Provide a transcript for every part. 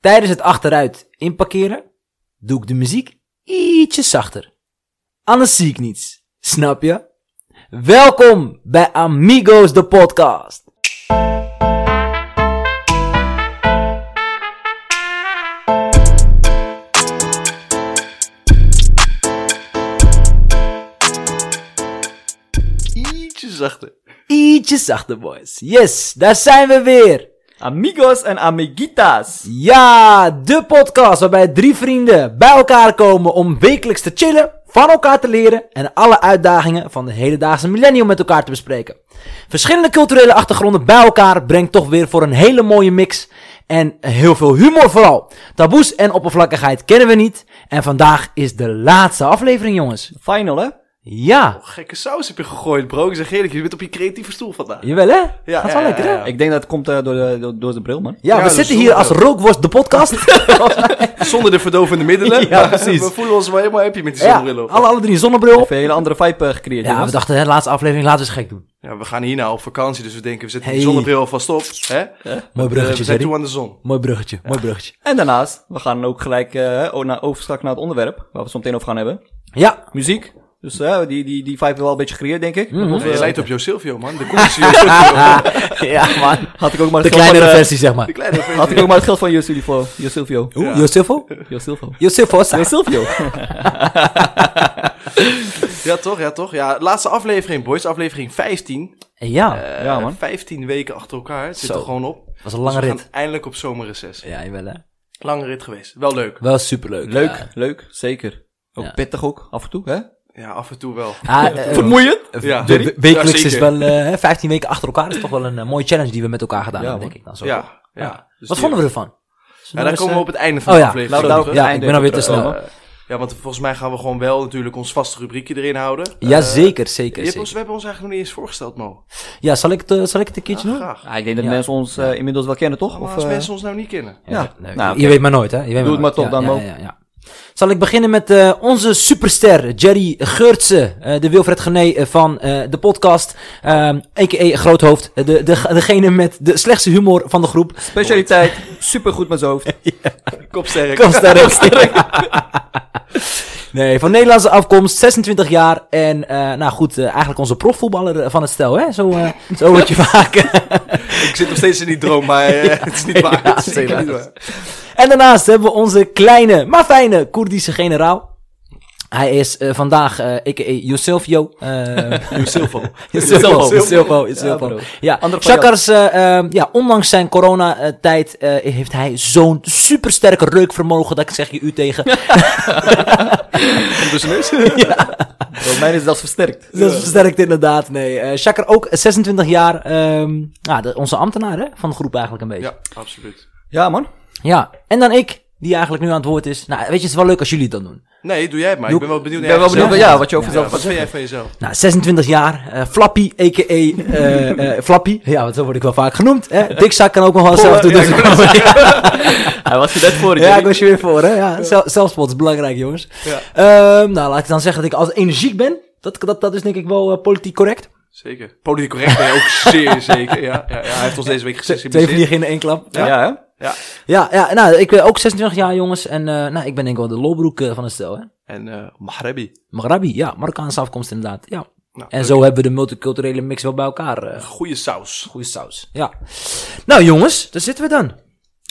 Tijdens het achteruit inparkeren doe ik de muziek ietsje zachter. Anders zie ik niets. Snap je? Welkom bij Amigos de podcast. Ietsje zachter. Ietsje zachter boys. Yes, daar zijn we weer. Amigos en amiguitas. Ja, de podcast waarbij drie vrienden bij elkaar komen om wekelijks te chillen, van elkaar te leren en alle uitdagingen van de hedendaagse millennium met elkaar te bespreken. Verschillende culturele achtergronden bij elkaar brengt toch weer voor een hele mooie mix en heel veel humor vooral. Taboes en oppervlakkigheid kennen we niet en vandaag is de laatste aflevering jongens. Final, hè? Ja, Gekke saus heb je gegooid, bro. Ik zeg eerlijk, je bent op je creatieve stoel vandaag. jawel hè? Ja, Gaat wel ja, lekker hè? ja, Ja, ja. Ik denk dat het komt eh, door, de, door, door de bril, man. Ja, we dat zitten is hier ook als wel. rookworst de podcast. Zonder de verdovende middelen. Ja, precies. We voelen ons wel helemaal happy met die ja, zonnebril op. alle, alle drie een zonnebril. op. Even een hele andere vibe eh, gecreëerd. Ja, we jongens. dachten, hè, laatste aflevering, laten we eens gek doen. Ja, we gaan hier nou op vakantie, dus we denken, we zetten die Hey. zonnebril alvast op. Hè? Mooi Eh, bruggetje, we zijn Jerry. toe aan de zon. Mooi bruggetje, mooi bruggetje. En daarnaast, we gaan ook gelijk eh, o- na- overstakken naar het onderwerp, waar we het zo meteen over gaan hebben. Ja, Muziek. Dus eh, die, die, die vibe hebben we wel een beetje gecreëerd, denk ik. eh, Met onze- Ja, je Eh, lijkt op Jo Silvio, man. De komst Jo Silvio. ja, man. Had ik ook maar de het geld kleinere van, eh, versie, zeg De maar. kleine vent. Had ik ook maar het geld van Jo Silvio. Jo Silvio. Hoe? Ja. Josilfo? Jo Silvio. Josilfo, Jo Silvio. Ja, toch? Ja, toch? Ja, laatste aflevering, boys. Aflevering 15. Ja, Eh, Ja, man. 15 weken achter elkaar. Het zit Zo. er gewoon op. was een lange Dus we rit. gaan eindelijk op zomerreces. Ja, jawel hè. Lange rit geweest. Wel leuk. Wel superleuk. Leuk, Ja. leuk, zeker. Ook Ja. pittig ook, af en toe, hè? Ja, af en toe wel. Ah, eh, Vermoeiend. Ja. de- de- wekelijks Ja, is zeker. wel eh, hè, 15 weken achter elkaar. is toch wel een eh, mooie challenge die we met elkaar gedaan Ja, hebben, man. denk ik. Dan, zo. Ja, ja. Wat Dus die- vonden we ervan? Ja, daar komen we op het einde van Oh de ja, aflevering. laten we op daar terug. Ja, ook ik einde ben alweer te even snel. terug. Ja, want volgens mij gaan we gewoon wel natuurlijk ons vaste rubriekje erin houden. Ja, Eh, zeker, je zeker, hebt zeker. ons- we hebben ons eigenlijk nog niet eens voorgesteld, Mo. Ja, zal ik het, eh, zal ik het een keertje doen? Graag. Ja, ik denk dat Ja. mensen ons eh, inmiddels wel kennen, toch? Maar Of, als eh, mensen ons nou niet kennen. Ja, Nee, nou, Je weet maar nooit, hè? Je weet Doe het maar nooit. toch Ja, dan, ja, ja, ja. Zal ik beginnen met eh, onze superster Jerry Geurtsen, eh, de Wilfred Gené eh, van eh, de podcast, ehm a.k.a. Groothoofd, eh, de, de, degene met de slechtste humor van de groep. specialiteit, supergoed met zijn hoofd. Kopsterk. Kom sterk, sterk. Nee, van Nederlandse afkomst, 26 jaar en eh, nou goed, eh, eigenlijk onze profvoetballer eh, van het stel, hè? Zo, eh, zo word je vaak. Ik zit nog steeds in die droom, maar eh, het is niet waar. Het is zeker helaas. niet waar. En daarnaast hebben we onze kleine, maar fijne Koerdische generaal. Hij is eh, vandaag, eh a.k.a. Josilvio. eh, Silvo. Silvo, Silvo. Silvo, Silvo. bro. Ja, Andere Shakars, eh, ehm, ja, ondanks zijn coronatijd eh heeft hij zo'n supersterke reukvermogen dat ik zeg je u tegen. Dus neus. Volgens mij is dat versterkt. Eh, Dat is versterkt inderdaad, nee. eh Shakar ook 26 jaar, ehm nou, de- onze ambtenaar hè, van de groep eigenlijk een beetje. Ja. Ja, absoluut. Ja, man. en dan ik, die eigenlijk nu aan het woord is. Nou, weet je, het is wel leuk als jullie dat doen. Nee, doe jij het maar. Ik Doe- ben wel benieuwd Ik naar ben wel jouzelf. benieuwd wat- ja, wat je over Ja. Ja, jezelf Wat vind jij van jezelf? Nou, 26 jaar, eh, Flappy, a.k.a. eh, eh, Flappy. Ja, want zo word ik wel vaak genoemd. Hè. Dikzak kan ook nog wel zelf doen. ja, dus- ik Hij was je net voor, Ja, ik was je weer voor, hè? Ja, zel- Zelfspot is belangrijk, jongens. Ja. Ehm, nou, laat ik dan zeggen dat ik als energiek ben. Dat, dat, dat is denk ik wel eh, politiek correct. Zeker. Politiek correct ben je ook zeer zeker. Ja, ja, ja, hij heeft ons deze week Twee gesensibiliseerd. vliegen in één klap. Ja, Ja, ja, hè? ja, nou, ik ben ook 26 jaar, jongens. En eh, nou, ik ben denk ik wel de lolbroek eh, van het stel, hè? En eh Mahrabi. Marabi, ja, Marokkaanse afkomst inderdaad, ja. Nou, en zo hebben we de multiculturele mix wel bij elkaar. eh Goeie saus. goede saus, ja. Nou, jongens, daar zitten we dan.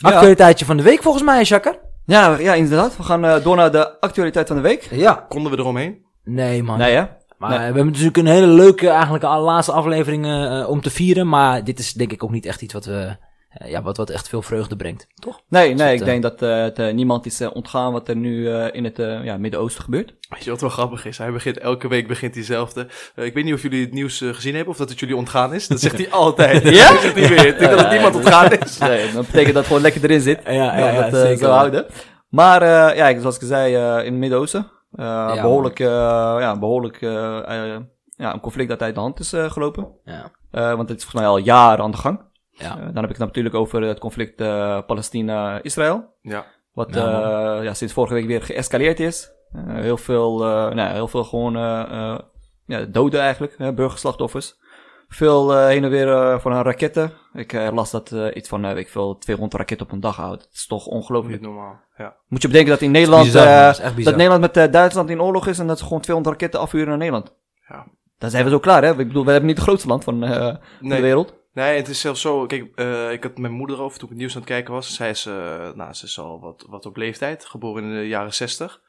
Actualiteitje van de week volgens mij, Jacques. Ja, ja, inderdaad. We gaan eh, door naar de actualiteit van de week. Ja. Konden we eromheen? Nee, man. Nee, hè? Maar Nee. we hebben natuurlijk een hele leuke, eigenlijk al laatste aflevering eh, eh, om te vieren. Maar dit is denk ik ook niet echt iets wat, we, eh, ja, wat, wat echt veel vreugde brengt, toch? Nee, nee. het, Ik eh, denk dat eh, het, eh, niemand is eh, ontgaan wat er nu eh, in het eh, ja, Midden-Oosten gebeurt. Weet je wat wel grappig is? Hij begint, elke week begint diezelfde. Eh, ik weet niet of jullie het nieuws eh, gezien hebben of dat het jullie ontgaan is. Dat zegt hij altijd. Ja? Dat zegt hij weer. Ik denk dat het niemand ontgaan is. Eh, dus Nee, dat betekent dat het gewoon lekker erin zit. ja, dat we het eh, zo houden. Maar eh, ja, ik- zoals ik zei, eh, in het Midden-Oosten. eh, man. behoorlijk, eh, ja, behoorlijk eh, eh, ja, een conflict dat uit de hand is eh, gelopen. Ja. Eh, want dit is volgens mij al jaren aan de gang. Ja. Eh, dan heb ik het natuurlijk over het conflict eh, Palestina-Israël. Ja. Wat Ja, eh, ja, sinds vorige week weer geëscaleerd is. Eh, heel, veel, eh, nou, ja, heel veel gewoon eh, eh, ja, doden eigenlijk, hè, burgerslachtoffers. Veel eh, heen en weer eh, voor een raketten. Ik eh, las dat eh, iets van, eh, weet ik veel, 200 raketten op een dag houdt. Dat is toch ongelooflijk. Niet normaal. Ja. Moet je bedenken dat in Nederland, bizar, eh, man. Dat is echt bizar. dat Nederland met eh, Duitsland in oorlog is en dat ze gewoon 200 raketten afvuren naar Nederland. Ja. Dan zijn we zo klaar, hè? Ik bedoel, we hebben niet het grootste land van eh, de Nee, wereld. nee, het is zelfs zo. Kijk, eh, ik had mijn moeder over toen ik het nieuws aan het kijken was. Zij is, eh, nou, ze is al wat, wat op leeftijd, geboren in de jaren 60.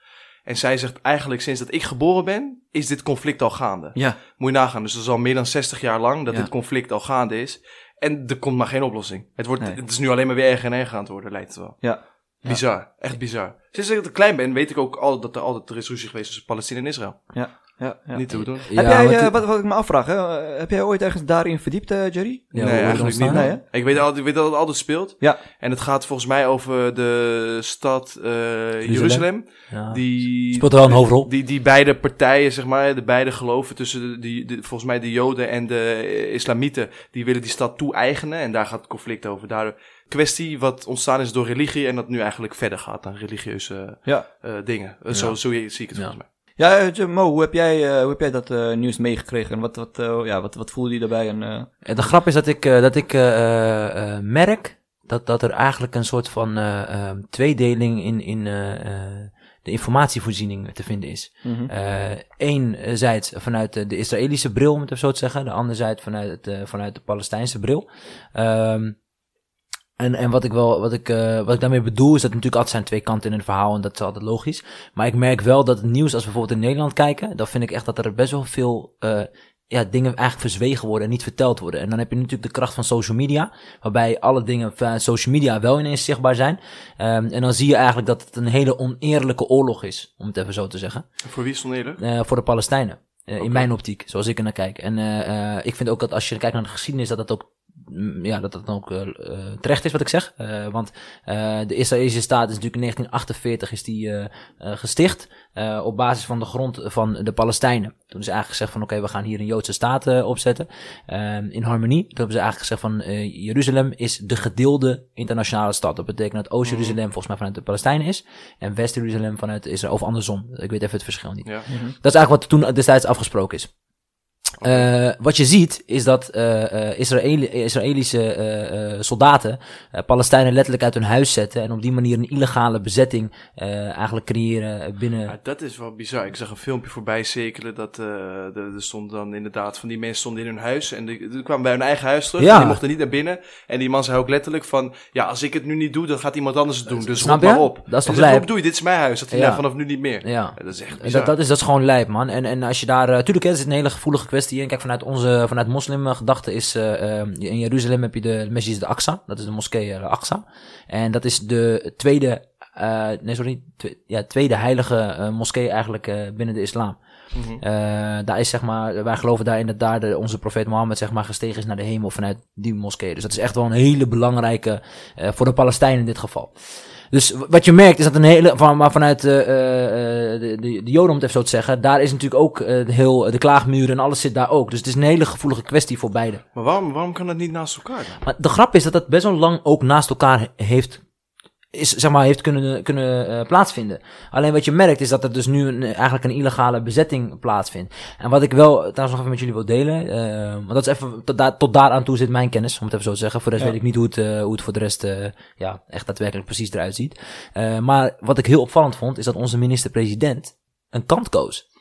En zij zegt eigenlijk sinds dat ik geboren ben, is dit conflict al gaande. Ja. Moet je nagaan, dus dat is al meer dan 60 jaar lang dat Ja. dit conflict al gaande is. En er komt maar geen oplossing. Het, wordt, Nee. het is nu alleen maar weer erger en erger aan het worden, lijkt het wel. Ja. Bizar, echt bizar. Sinds dat ik klein ben, weet ik ook al dat er altijd er is ruzie geweest tussen Palestina en Israël. Ja. ja, ja. Niet te doen. Ja, heb jij, want- eh, wat, wat ik me afvraag, hè? eh, heb jij ooit ergens daarin verdiept, eh, Jerry? Ja, hoe wordt nee, het eigenlijk niet. ontstaan? Nee, hè? Ik weet, al, ik weet dat het altijd speelt. Ja. En het gaat volgens mij over de stad eh, Jeruzalem. Ja. Die, Speelt er wel een hoofdrol. Die, die beide partijen, zeg maar, de beide geloven tussen de, die, de- volgens mij de Joden en de eh, Islamieten, die willen die stad toe-eigenen. En daar gaat het conflict over. Daardoor kwestie wat ontstaan is door religie en dat nu eigenlijk verder gaat dan religieuze Ja. eh, dingen. Eh, Zo, zo zie ik het Ja. volgens mij. Ja, eh, Jim, Mo, hoe heb jij, eh, hoe heb jij dat eh, nieuws meegekregen? En wat, wat, eh, ja, wat, wat voelde je daarbij? En, eh, De grap is dat ik, eh, dat ik eh, eh, merk dat, dat er eigenlijk een soort van eh, eh, tweedeling in, in eh, eh, de informatievoorziening te vinden is. mhm. Eh, enerzijds vanuit de, de Israëlische bril, om het even zo te zeggen. De anderzijds vanuit, het, eh, vanuit de Palestijnse bril. Ehm, en, en wat ik wel, wat ik, eh, wat ik daarmee bedoel, is dat er natuurlijk altijd zijn twee kanten in een verhaal en dat is altijd logisch. Maar ik merk wel dat het nieuws, als we bijvoorbeeld in Nederland kijken, dan vind ik echt dat er best wel veel, eh, ja, dingen eigenlijk verzwegen worden en niet verteld worden. En dan heb je natuurlijk de kracht van social media, waarbij alle dingen van social media wel ineens zichtbaar zijn. Ehm, en dan zie je eigenlijk dat het een hele oneerlijke oorlog is, om het even zo te zeggen. Voor wie is het oneerlijk? Eh, voor de Palestijnen. Eh, Oké. In mijn optiek, zoals ik er naar kijk. En eh, eh, ik vind ook dat als je kijkt naar de geschiedenis, dat dat ook, mm, ja, dat dat dan ook eh, eh, terecht is wat ik zeg. Eh, want eh, de Israëlische staat is natuurlijk in 1948 is die, eh, eh, gesticht eh, op basis van de grond van de Palestijnen. Toen is eigenlijk gezegd van oké, we gaan hier een Joodse staat eh, opzetten eh, in harmonie. Toen hebben ze eigenlijk gezegd van eh, Jeruzalem is de gedeelde internationale stad. Dat betekent dat Oost-Jeruzalem volgens mij vanuit de Palestijnen is en West-Jeruzalem vanuit Israël of andersom. Ik weet even het verschil niet. Ja. Eh, Dat is eigenlijk wat toen destijds afgesproken is. Eh, wat je ziet is dat eh, eh, Israëli- Israëlische eh, eh, soldaten eh, Palestijnen letterlijk uit hun huis zetten en op die manier een illegale bezetting eh, eigenlijk creëren binnen. Ja, dat is wel bizar. Ik zag een filmpje voorbij cirkelen. Dat, eh er- er stonden dan inderdaad van die mensen stonden in hun huis. En die, die kwamen bij hun eigen huis terug. Ja. En die mochten niet naar binnen. En die man zei ook letterlijk van... Ja, als ik het nu niet doe, dan gaat iemand anders het doen. Dus Eh, snap roep maar je? op. Dat is En toch ze zegt, lijp? Wat doe je? Dit is mijn huis. Dat hij Ja. daar vanaf nu niet meer. Ja. Dat is echt En bizar. dat, dat, is, dat is gewoon lijp, man. En, en als je daar... eh, tuurlijk, hè, het is een hele gevoelige kwestie. En kijk, vanuit onze vanuit moslimgedachte is... eh, eh, in Jeruzalem heb je de Mesjid de Aqsa. Dat is de moskee eh, de Aqsa. En dat is de tweede... eh, nee, sorry. twe- ja, tweede heilige eh, moskee eigenlijk eh, binnen de islam. Mhm. Eh, daar is, zeg maar, wij geloven daarin dat daar de, onze profeet Mohammed zeg maar, gestegen is naar de hemel vanuit die moskee. Dus dat is echt wel een hele belangrijke eh, voor de Palestijnen in dit geval. Dus w- wat je merkt is dat een hele, van, maar vanuit eh, eh, eh, de, de, de Joden, om het even zo te zeggen, daar is natuurlijk ook eh, heel, de klaagmuur en alles zit daar ook. Dus het is een hele gevoelige kwestie voor beide. Maar waarom, waarom kan dat niet naast elkaar? dan? Maar de grap is dat dat best wel lang ook naast elkaar he- heeft, is, zeg maar, heeft kunnen, kunnen eh, plaatsvinden. Alleen wat je merkt is dat er dus nu een, eigenlijk een illegale bezetting plaatsvindt. En wat ik wel eh, trouwens nog even met jullie wil delen, eh, want dat is even, tot, daar, tot daar aan toe zit mijn kennis, om het even zo te zeggen. Voor de rest Ja. weet ik niet hoe het, eh, hoe het voor de rest eh, ja, echt daadwerkelijk precies eruit ziet. Eh, maar wat ik heel opvallend vond, is dat onze minister-president een kant koos.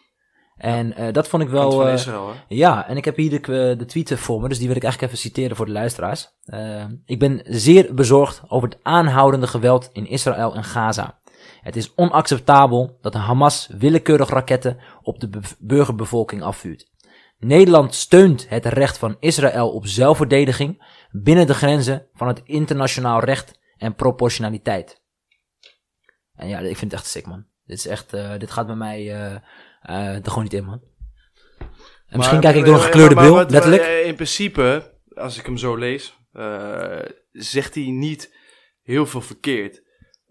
En eh, dat vond ik wel... Kant van eh, Israël, hè? ja, en ik heb hier de, eh, de tweet voor me, dus die wil ik eigenlijk even citeren voor de luisteraars. Eh, ik ben zeer bezorgd over het aanhoudende geweld in Israël en Gaza. Het is onacceptabel dat Hamas willekeurig raketten op de bev- burgerbevolking afvuurt. Nederland steunt het recht van Israël op zelfverdediging binnen de grenzen van het internationaal recht en proportionaliteit. En ja, ik vind het echt sick, man. Dit, is echt, eh, dit gaat bij mij eh, eh, er gewoon niet in, man. En misschien Maar- kijk ik door een maar- gekleurde maar bril, wat- wat- letterlijk. eh, In principe, als ik hem zo lees, eh, zegt hij niet heel veel verkeerd.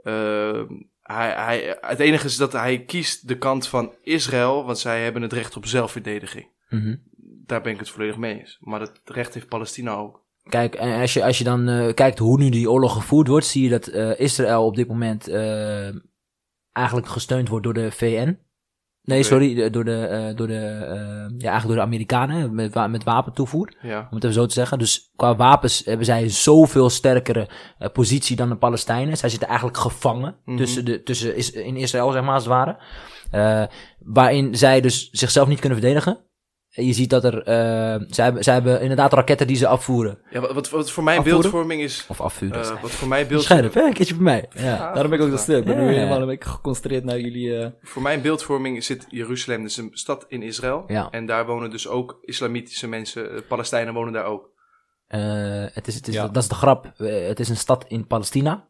Eh, hij, hij, het enige is dat hij kiest de kant van Israël, want zij hebben het recht op zelfverdediging. Mhm. Daar ben ik het volledig mee eens. Maar dat recht heeft Palestina ook. Kijk, en als je, als je dan eh, kijkt hoe nu die oorlog gevoerd wordt, zie je dat eh, Israël op dit moment eh, eigenlijk gesteund wordt door de VN. Nee, sorry, de- door de, eh, door de, eh, ja, eigenlijk door de Amerikanen met, wa- met wapentoevoer. Ja. Om het even zo te zeggen. Dus qua wapens hebben zij een zoveel sterkere eh, positie dan de Palestijnen. Zij zitten eigenlijk gevangen Mhm. tussen de, tussen is, in Israël, zeg maar, als het ware. Eh, waarin zij dus zichzelf niet kunnen verdedigen. En Je ziet dat er, eh, zij, hebben- zij hebben inderdaad raketten die ze afvoeren. ja wat- wat, wat voor mij Afvoeren? beeldvorming is... Of afvuren. eh, wat voor mij beeld, Scherp, hè? Een keertje bij mij. Ja. Daarom ben ik ook zo stil. Ik ben Ja. nu helemaal een beetje geconcentreerd naar jullie... eh, voor mij in beeldvorming zit Jeruzalem, dus een stad in Israël. Ja. En daar wonen dus ook islamitische mensen. eh, Palestijnen wonen daar ook. Eh, het is, het is, Ja. Dat is de grap. Eh, het is een stad in Palestina.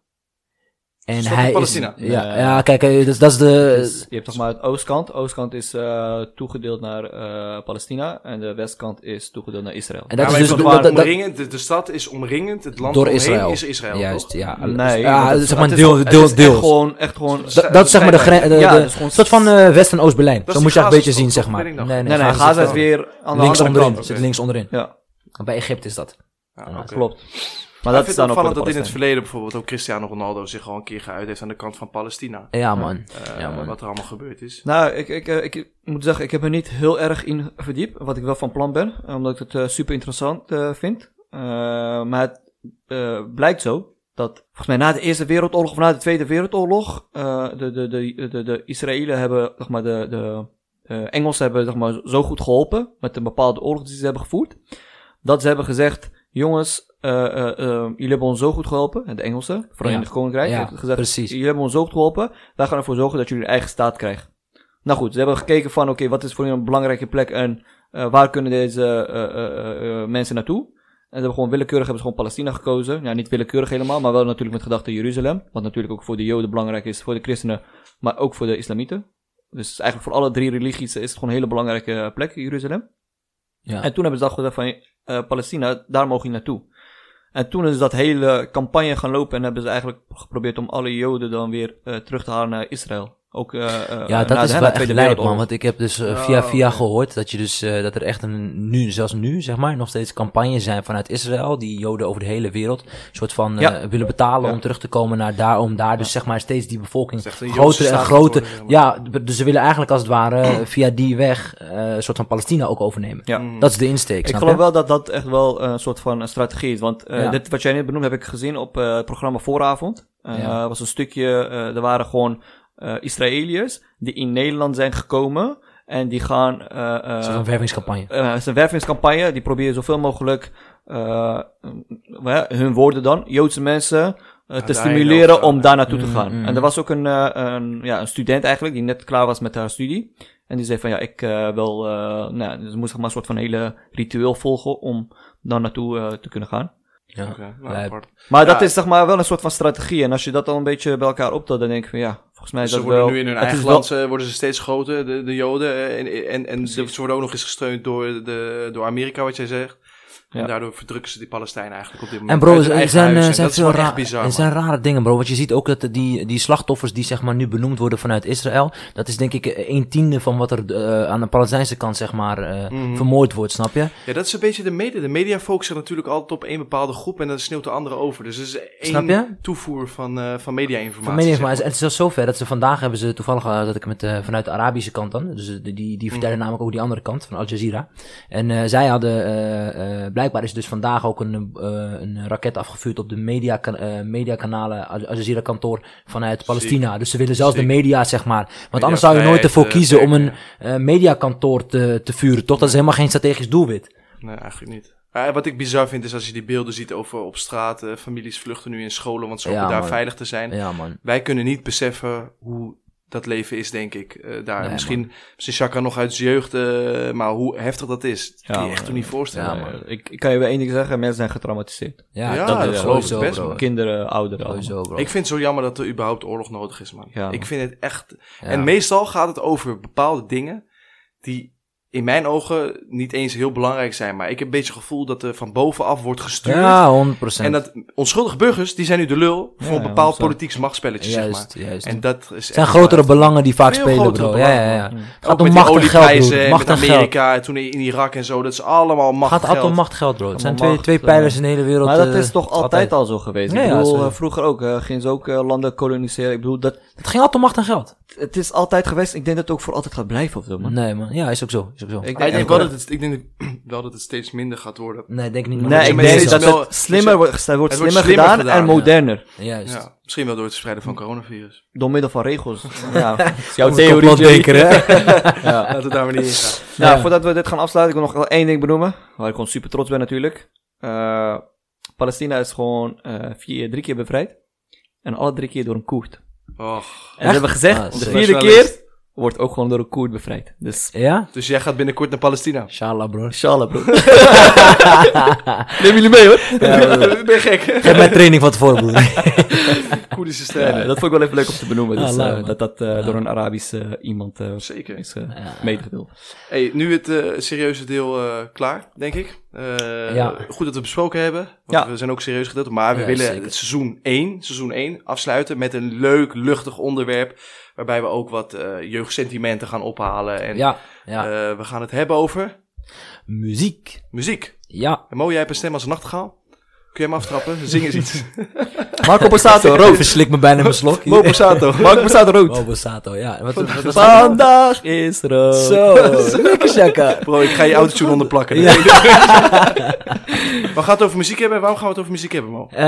En Stad in hij Palestina. Is, ja, Ja. ja, kijk, eh, dat, is- dat is de... Dus je hebt zeg maar het oostkant. Oostkant is eh, toegedeeld naar eh, Palestina. En de westkant is toegedeeld naar Israël. En dat Ja, is maar dus... ik dat- bedoel, dat- dat- omringend, de, de stad is omringend, het land Door omheen Israël. is Israël, Juist, toch? ja. Nee, ja, want het- dat is zeg maar een het is deel, deel, wel- Het is echt deels. gewoon... Echt gewoon Dat, dat is zeg maar de, gren- de, Ja, de- dat is gewoon- een soort van eh, West- en Oost-Berlijn. is Zo die moet je dat een beetje Gaza- zien, toch? zeg Toch maar. ben Nee, ik nee, nog- nee, nee, Gaza Gaza zit is weer aan de links andere onderin. kant. Zit oké. links onderin. Ja, Bij Egypte is dat. Ja, Ah, oké. klopt. Maar Maar dat ik is vind het dan ook opvallend voor dat de in het Palestijnen. verleden bijvoorbeeld ook Cristiano Ronaldo zich gewoon een keer geuit heeft aan de kant van Palestina. Ja, man. Eh, Ja, man. Wat er allemaal gebeurd is. Nou, ik, ik, eh, ik moet zeggen, ik heb er niet heel erg in verdiept. Wat ik wel van plan ben, omdat ik het eh, super interessant eh, vind. Eh, maar het eh, blijkt zo dat, volgens mij na de Eerste Wereldoorlog of na de Tweede Wereldoorlog, eh, de, de, de, de, de Israëlen hebben, zeg maar, de, de eh, Engelsen hebben, zeg maar, zo goed geholpen met een bepaalde oorlog die ze hebben gevoerd. Dat ze hebben gezegd, jongens, eh, eh, eh, jullie hebben ons zo goed geholpen, en de Engelsen, Verenigd Koninkrijk, Ja, heeft gezegd, precies. jullie hebben ons zo goed geholpen, wij gaan ervoor zorgen dat jullie een eigen staat krijgen. Nou goed, ze hebben gekeken van, oké, wat is voor jullie een belangrijke plek en eh, waar kunnen deze eh, eh, eh, eh, mensen naartoe? En ze hebben gewoon willekeurig hebben ze gewoon Palestina gekozen. Ja, niet willekeurig helemaal, maar wel natuurlijk met gedachte Jeruzalem. Wat natuurlijk ook voor de Joden belangrijk is, voor de christenen, maar ook voor de islamieten. Dus eigenlijk voor alle drie religies is het gewoon een hele belangrijke eh, plek, Jeruzalem. Ja. En toen hebben ze dat gedacht van eh, Palestina, daar mogen jullie naartoe. En toen is dat hele campagne gaan lopen en hebben ze eigenlijk geprobeerd om alle Joden dan weer eh, terug te halen naar Israël. Ook eh, eh, na Ja, de- dat is wel na de echt Tweede lijp, man. Wereldoorlog. Want ik heb dus eh, Oh, via via oké. gehoord dat, je dus, eh, dat er echt een, nu, zelfs nu, zeg maar, nog steeds campagnes zijn vanuit Israël. Die joden over de hele wereld een soort van eh, Ja. willen betalen Ja. om terug te komen naar daar. Om daar dus, zeg maar, steeds die bevolking Het is echt een groter Joodse en staat groter. geworden, zeg Ja, dus ze willen eigenlijk als het ware via die weg eh, een soort van Palestina ook overnemen. Ja. Mm, Hmm. Dat is de insteek, Ik snap geloof je? wel dat dat echt wel eh, een soort van een strategie is. Want eh, Ja. dit wat jij net benoemd heb ik gezien op eh, het programma Vooravond. Eh Ja. was een stukje, eh, er waren gewoon eh, Israëliërs die in Nederland zijn gekomen. En die gaan... eh, eh, Een soort van wervingscampagne. eh, het is een wervingscampagne. Die proberen zoveel mogelijk eh, eh, hun woorden dan, Joodse mensen, eh, te daarheen stimuleren helpen. om daar naartoe te Mm, gaan. mm. En er was ook een, eh, een, ja, een student eigenlijk die net klaar was met haar studie. En die zei van ja, ik eh, wil, eh nou, dus ze moest zeg maar een soort van hele ritueel volgen om daar naartoe eh, te kunnen gaan. Ja. Oké, nou, Lijp. apart. Maar Ja. dat is zeg maar wel een soort van strategie. En als je dat dan een beetje bij elkaar optelt, dan denk ik van ja, volgens mij is Ze dat worden wel... nu in hun het is eigen wel- land eh, worden ze steeds groter, de, de Joden. eh, En, en, en ze worden ook nog eens gesteund door, de, door Amerika, wat jij zegt. En Ja. daardoor verdrukken ze die Palestijnen eigenlijk op dit moment. En bro, uit hun er eigen zijn, huis. eh, En zijn dat is veel wel ra- echt bizar. er zijn rare dingen, bro. Want je ziet ook dat er die, die slachtoffers die zeg maar, nu benoemd worden vanuit Israël. Dat is denk ik eh, een tiende van wat er eh, aan de Palestijnse kant zeg maar, eh, Mhm. vermoord wordt, snap je? man. Ja, dat is een beetje de media. De media focussen natuurlijk altijd op één bepaalde groep en dan sneeuwt de andere over. Dus er is Snap één je? toevoer van, eh, van media-informatie. Van mening, zeg maar het is zelfs zover dat ze vandaag hebben ze toevallig, eh, dat ik met, eh, vanuit de Arabische kant dan, dus eh, die, die, Mhm. die vertellen namelijk ook die andere kant van Al Jazeera. En eh, zij hadden, eh, eh, blijkbaar is dus vandaag ook een, eh, een raket afgevuurd op de media, eh mediakanalen, Al Al Jazeera kantoor vanuit Palestina. Dus ze willen zelfs Ziek. de media, zeg maar. Want anders zou je nooit ervoor kiezen om een eh, mediakantoor te, te vuren, toch? Dat is helemaal geen strategisch doelwit. Nee, eigenlijk niet. Maar eh, wat ik bizar vind is als je die beelden ziet over op straat. eh, families vluchten nu in scholen, want ze Ja, hopen daar man. veilig te zijn. Ja, man. Wij kunnen niet beseffen hoe dat leven is, denk ik, eh, daar. Nee, misschien, misschien Chaka nog uit zijn jeugd, eh, maar hoe heftig dat is, dat Ja, kan je je echt man. toch niet voorstellen. Ja, Eh, man. ik, ik kan je wel één ding zeggen, mensen zijn getraumatiseerd. Ja, Ja, dat, dat is geloof ik sowieso, best, bro. man. Kinderen, ouderen. allemaal. Sowieso, bro. Ik vind het zo jammer dat er überhaupt oorlog nodig is, man. Ja, man. Ik vind het echt... Ja. En meestal gaat het over bepaalde dingen die in mijn ogen niet eens heel belangrijk zijn. Maar ik heb een beetje het gevoel dat er van bovenaf wordt gestuurd. Ja, 100 procent. En dat onschuldige burgers, die zijn nu de lul voor Ja, een bepaald want zo. politiek machtsspelletje, zeg maar. Juist, juist. En dat is Het zijn echt- grotere belangen die vaak Veel spelen, grotere bro. Ja, ja, belangen, ja. man. Het Ook gaat met om die macht en geld, olieprijzen broer. en Macht en met geld. Het Amerika, en toen in Irak en zo. Dat is allemaal macht gaat en geld. altijd om macht en geld, bro. Het zijn Allemaal twee, macht, twee eh, pijlers in de hele wereld. Maar dat eh, is toch altijd, al zo geweest? Ja, ik ja, bedoel, zo. eh, vroeger ook eh, gingen ze ook eh, landen koloniseren. Ik bedoel, dat, Het ging altijd om macht en geld. het is altijd geweest. Ik denk dat het ook voor altijd gaat blijven of zo, man. Nee, man. Ja, is ook zo. Is ook zo. Hm? Ik Maar ik, denk echt wel wel. dat het, ik denk wel dat het steeds minder gaat worden. Nee, denk ik niet. Nee, man. het is een ik beetje denk dat snel- het slimmer wordt, het wordt het wordt slimmer, slimmer gedaan, gedaan, en ja. moderner. Juist. Ja, misschien wel door het verspreiden van coronavirus. Door middel van regels. Ja. Jouw Een complotdenker, hè? Laten we daar maar niet in gaan. Nou, Ja. voordat we dit gaan afsluiten, ik wil nog wel één ding benoemen. Waar ik gewoon super trots ben natuurlijk. Eh, Palestina is gewoon eh, vier, drie keer bevrijd. En alle drie keer door een Koerd. Och. En ze hebben gezegd, Ah, de sick. vierde Nationalist. keer wordt ook gewoon door een Koerd bevrijd. Dus, ja? Dus jij gaat binnenkort naar Palestina. Inshallah, bro. inshallah bro. Neem jullie mee hoor. ik ben gek. Geef mijn training van tevoren, broer. Koerdische stijlen. Ja, dat vond ik wel even leuk om te benoemen. Ah, Dus, leuk, eh, man. dat dat eh, door een Arabische iemand eh, Zeker. is eh, medegedeeld. Hey, nu het eh, serieuze deel eh, klaar, denk ik. Eh, Ja. Goed dat we besproken hebben. Want Ja. We zijn ook serieus gedeeld. Maar we Ja, willen zeker. het seizoen 1, seizoen 1 afsluiten met een leuk, luchtig onderwerp. Waarbij we ook wat eh, jeugdsentimenten gaan ophalen. En Ja, ja. eh, we gaan het hebben over Muziek. muziek. Ja. En Mo, jij hebt een stem als een nachtegaal. Kun je hem aftrappen? Zing eens iets. Marco Borsato, Ik rood. verslik me bijna mijn slok. Mo Borsato. Marco Borsato, rood. Oh, Borsato, ja. Wat, wat, wat- Vandaag is rood. zo, lekker shaka. Bro, ik ga je autotune onderplakken. Ja. We gaan het over muziek hebben. Waarom gaan we het over muziek hebben, Mo? Eh,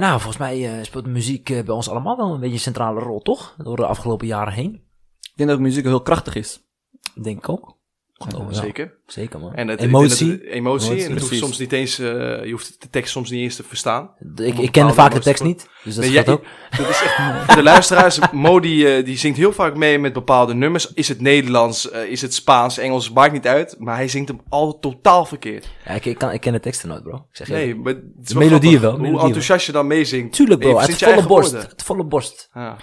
nou, volgens mij eh, speelt muziek eh, bij ons allemaal wel een beetje een centrale rol, toch? Door de afgelopen jaren heen. Ik denk dat muziek heel krachtig is. Denk ik ook. Oh, ja. Zeker. Zeker, man. En het, ik denk dat Emotie. het- emotie. Emotie, en het hoeft precies. soms niet eens, eh, je hoeft de tekst soms niet eens te verstaan. De- ik, om ik ken bepaalde vaak de emoties tekst te- niet, dus dat Nee, gaat jij- ook. Dat is echt, voor de luisteraars, Mo die, eh, die zingt heel vaak mee met bepaalde nummers. Is het Nederlands, eh, is het Spaans, Engels, maakt niet uit. Maar hij zingt hem al totaal verkeerd. Ja, ik, ik, kan, ik ken de teksten nooit, bro. Ik zeg je. Nee, maar het is De melodie grappig wel, Hoe melodie wel. enthousiast je dan meezingt. Tuurlijk, bro. Je Het verzint je volle eigen borst. woorden. Het volle borst. Ja.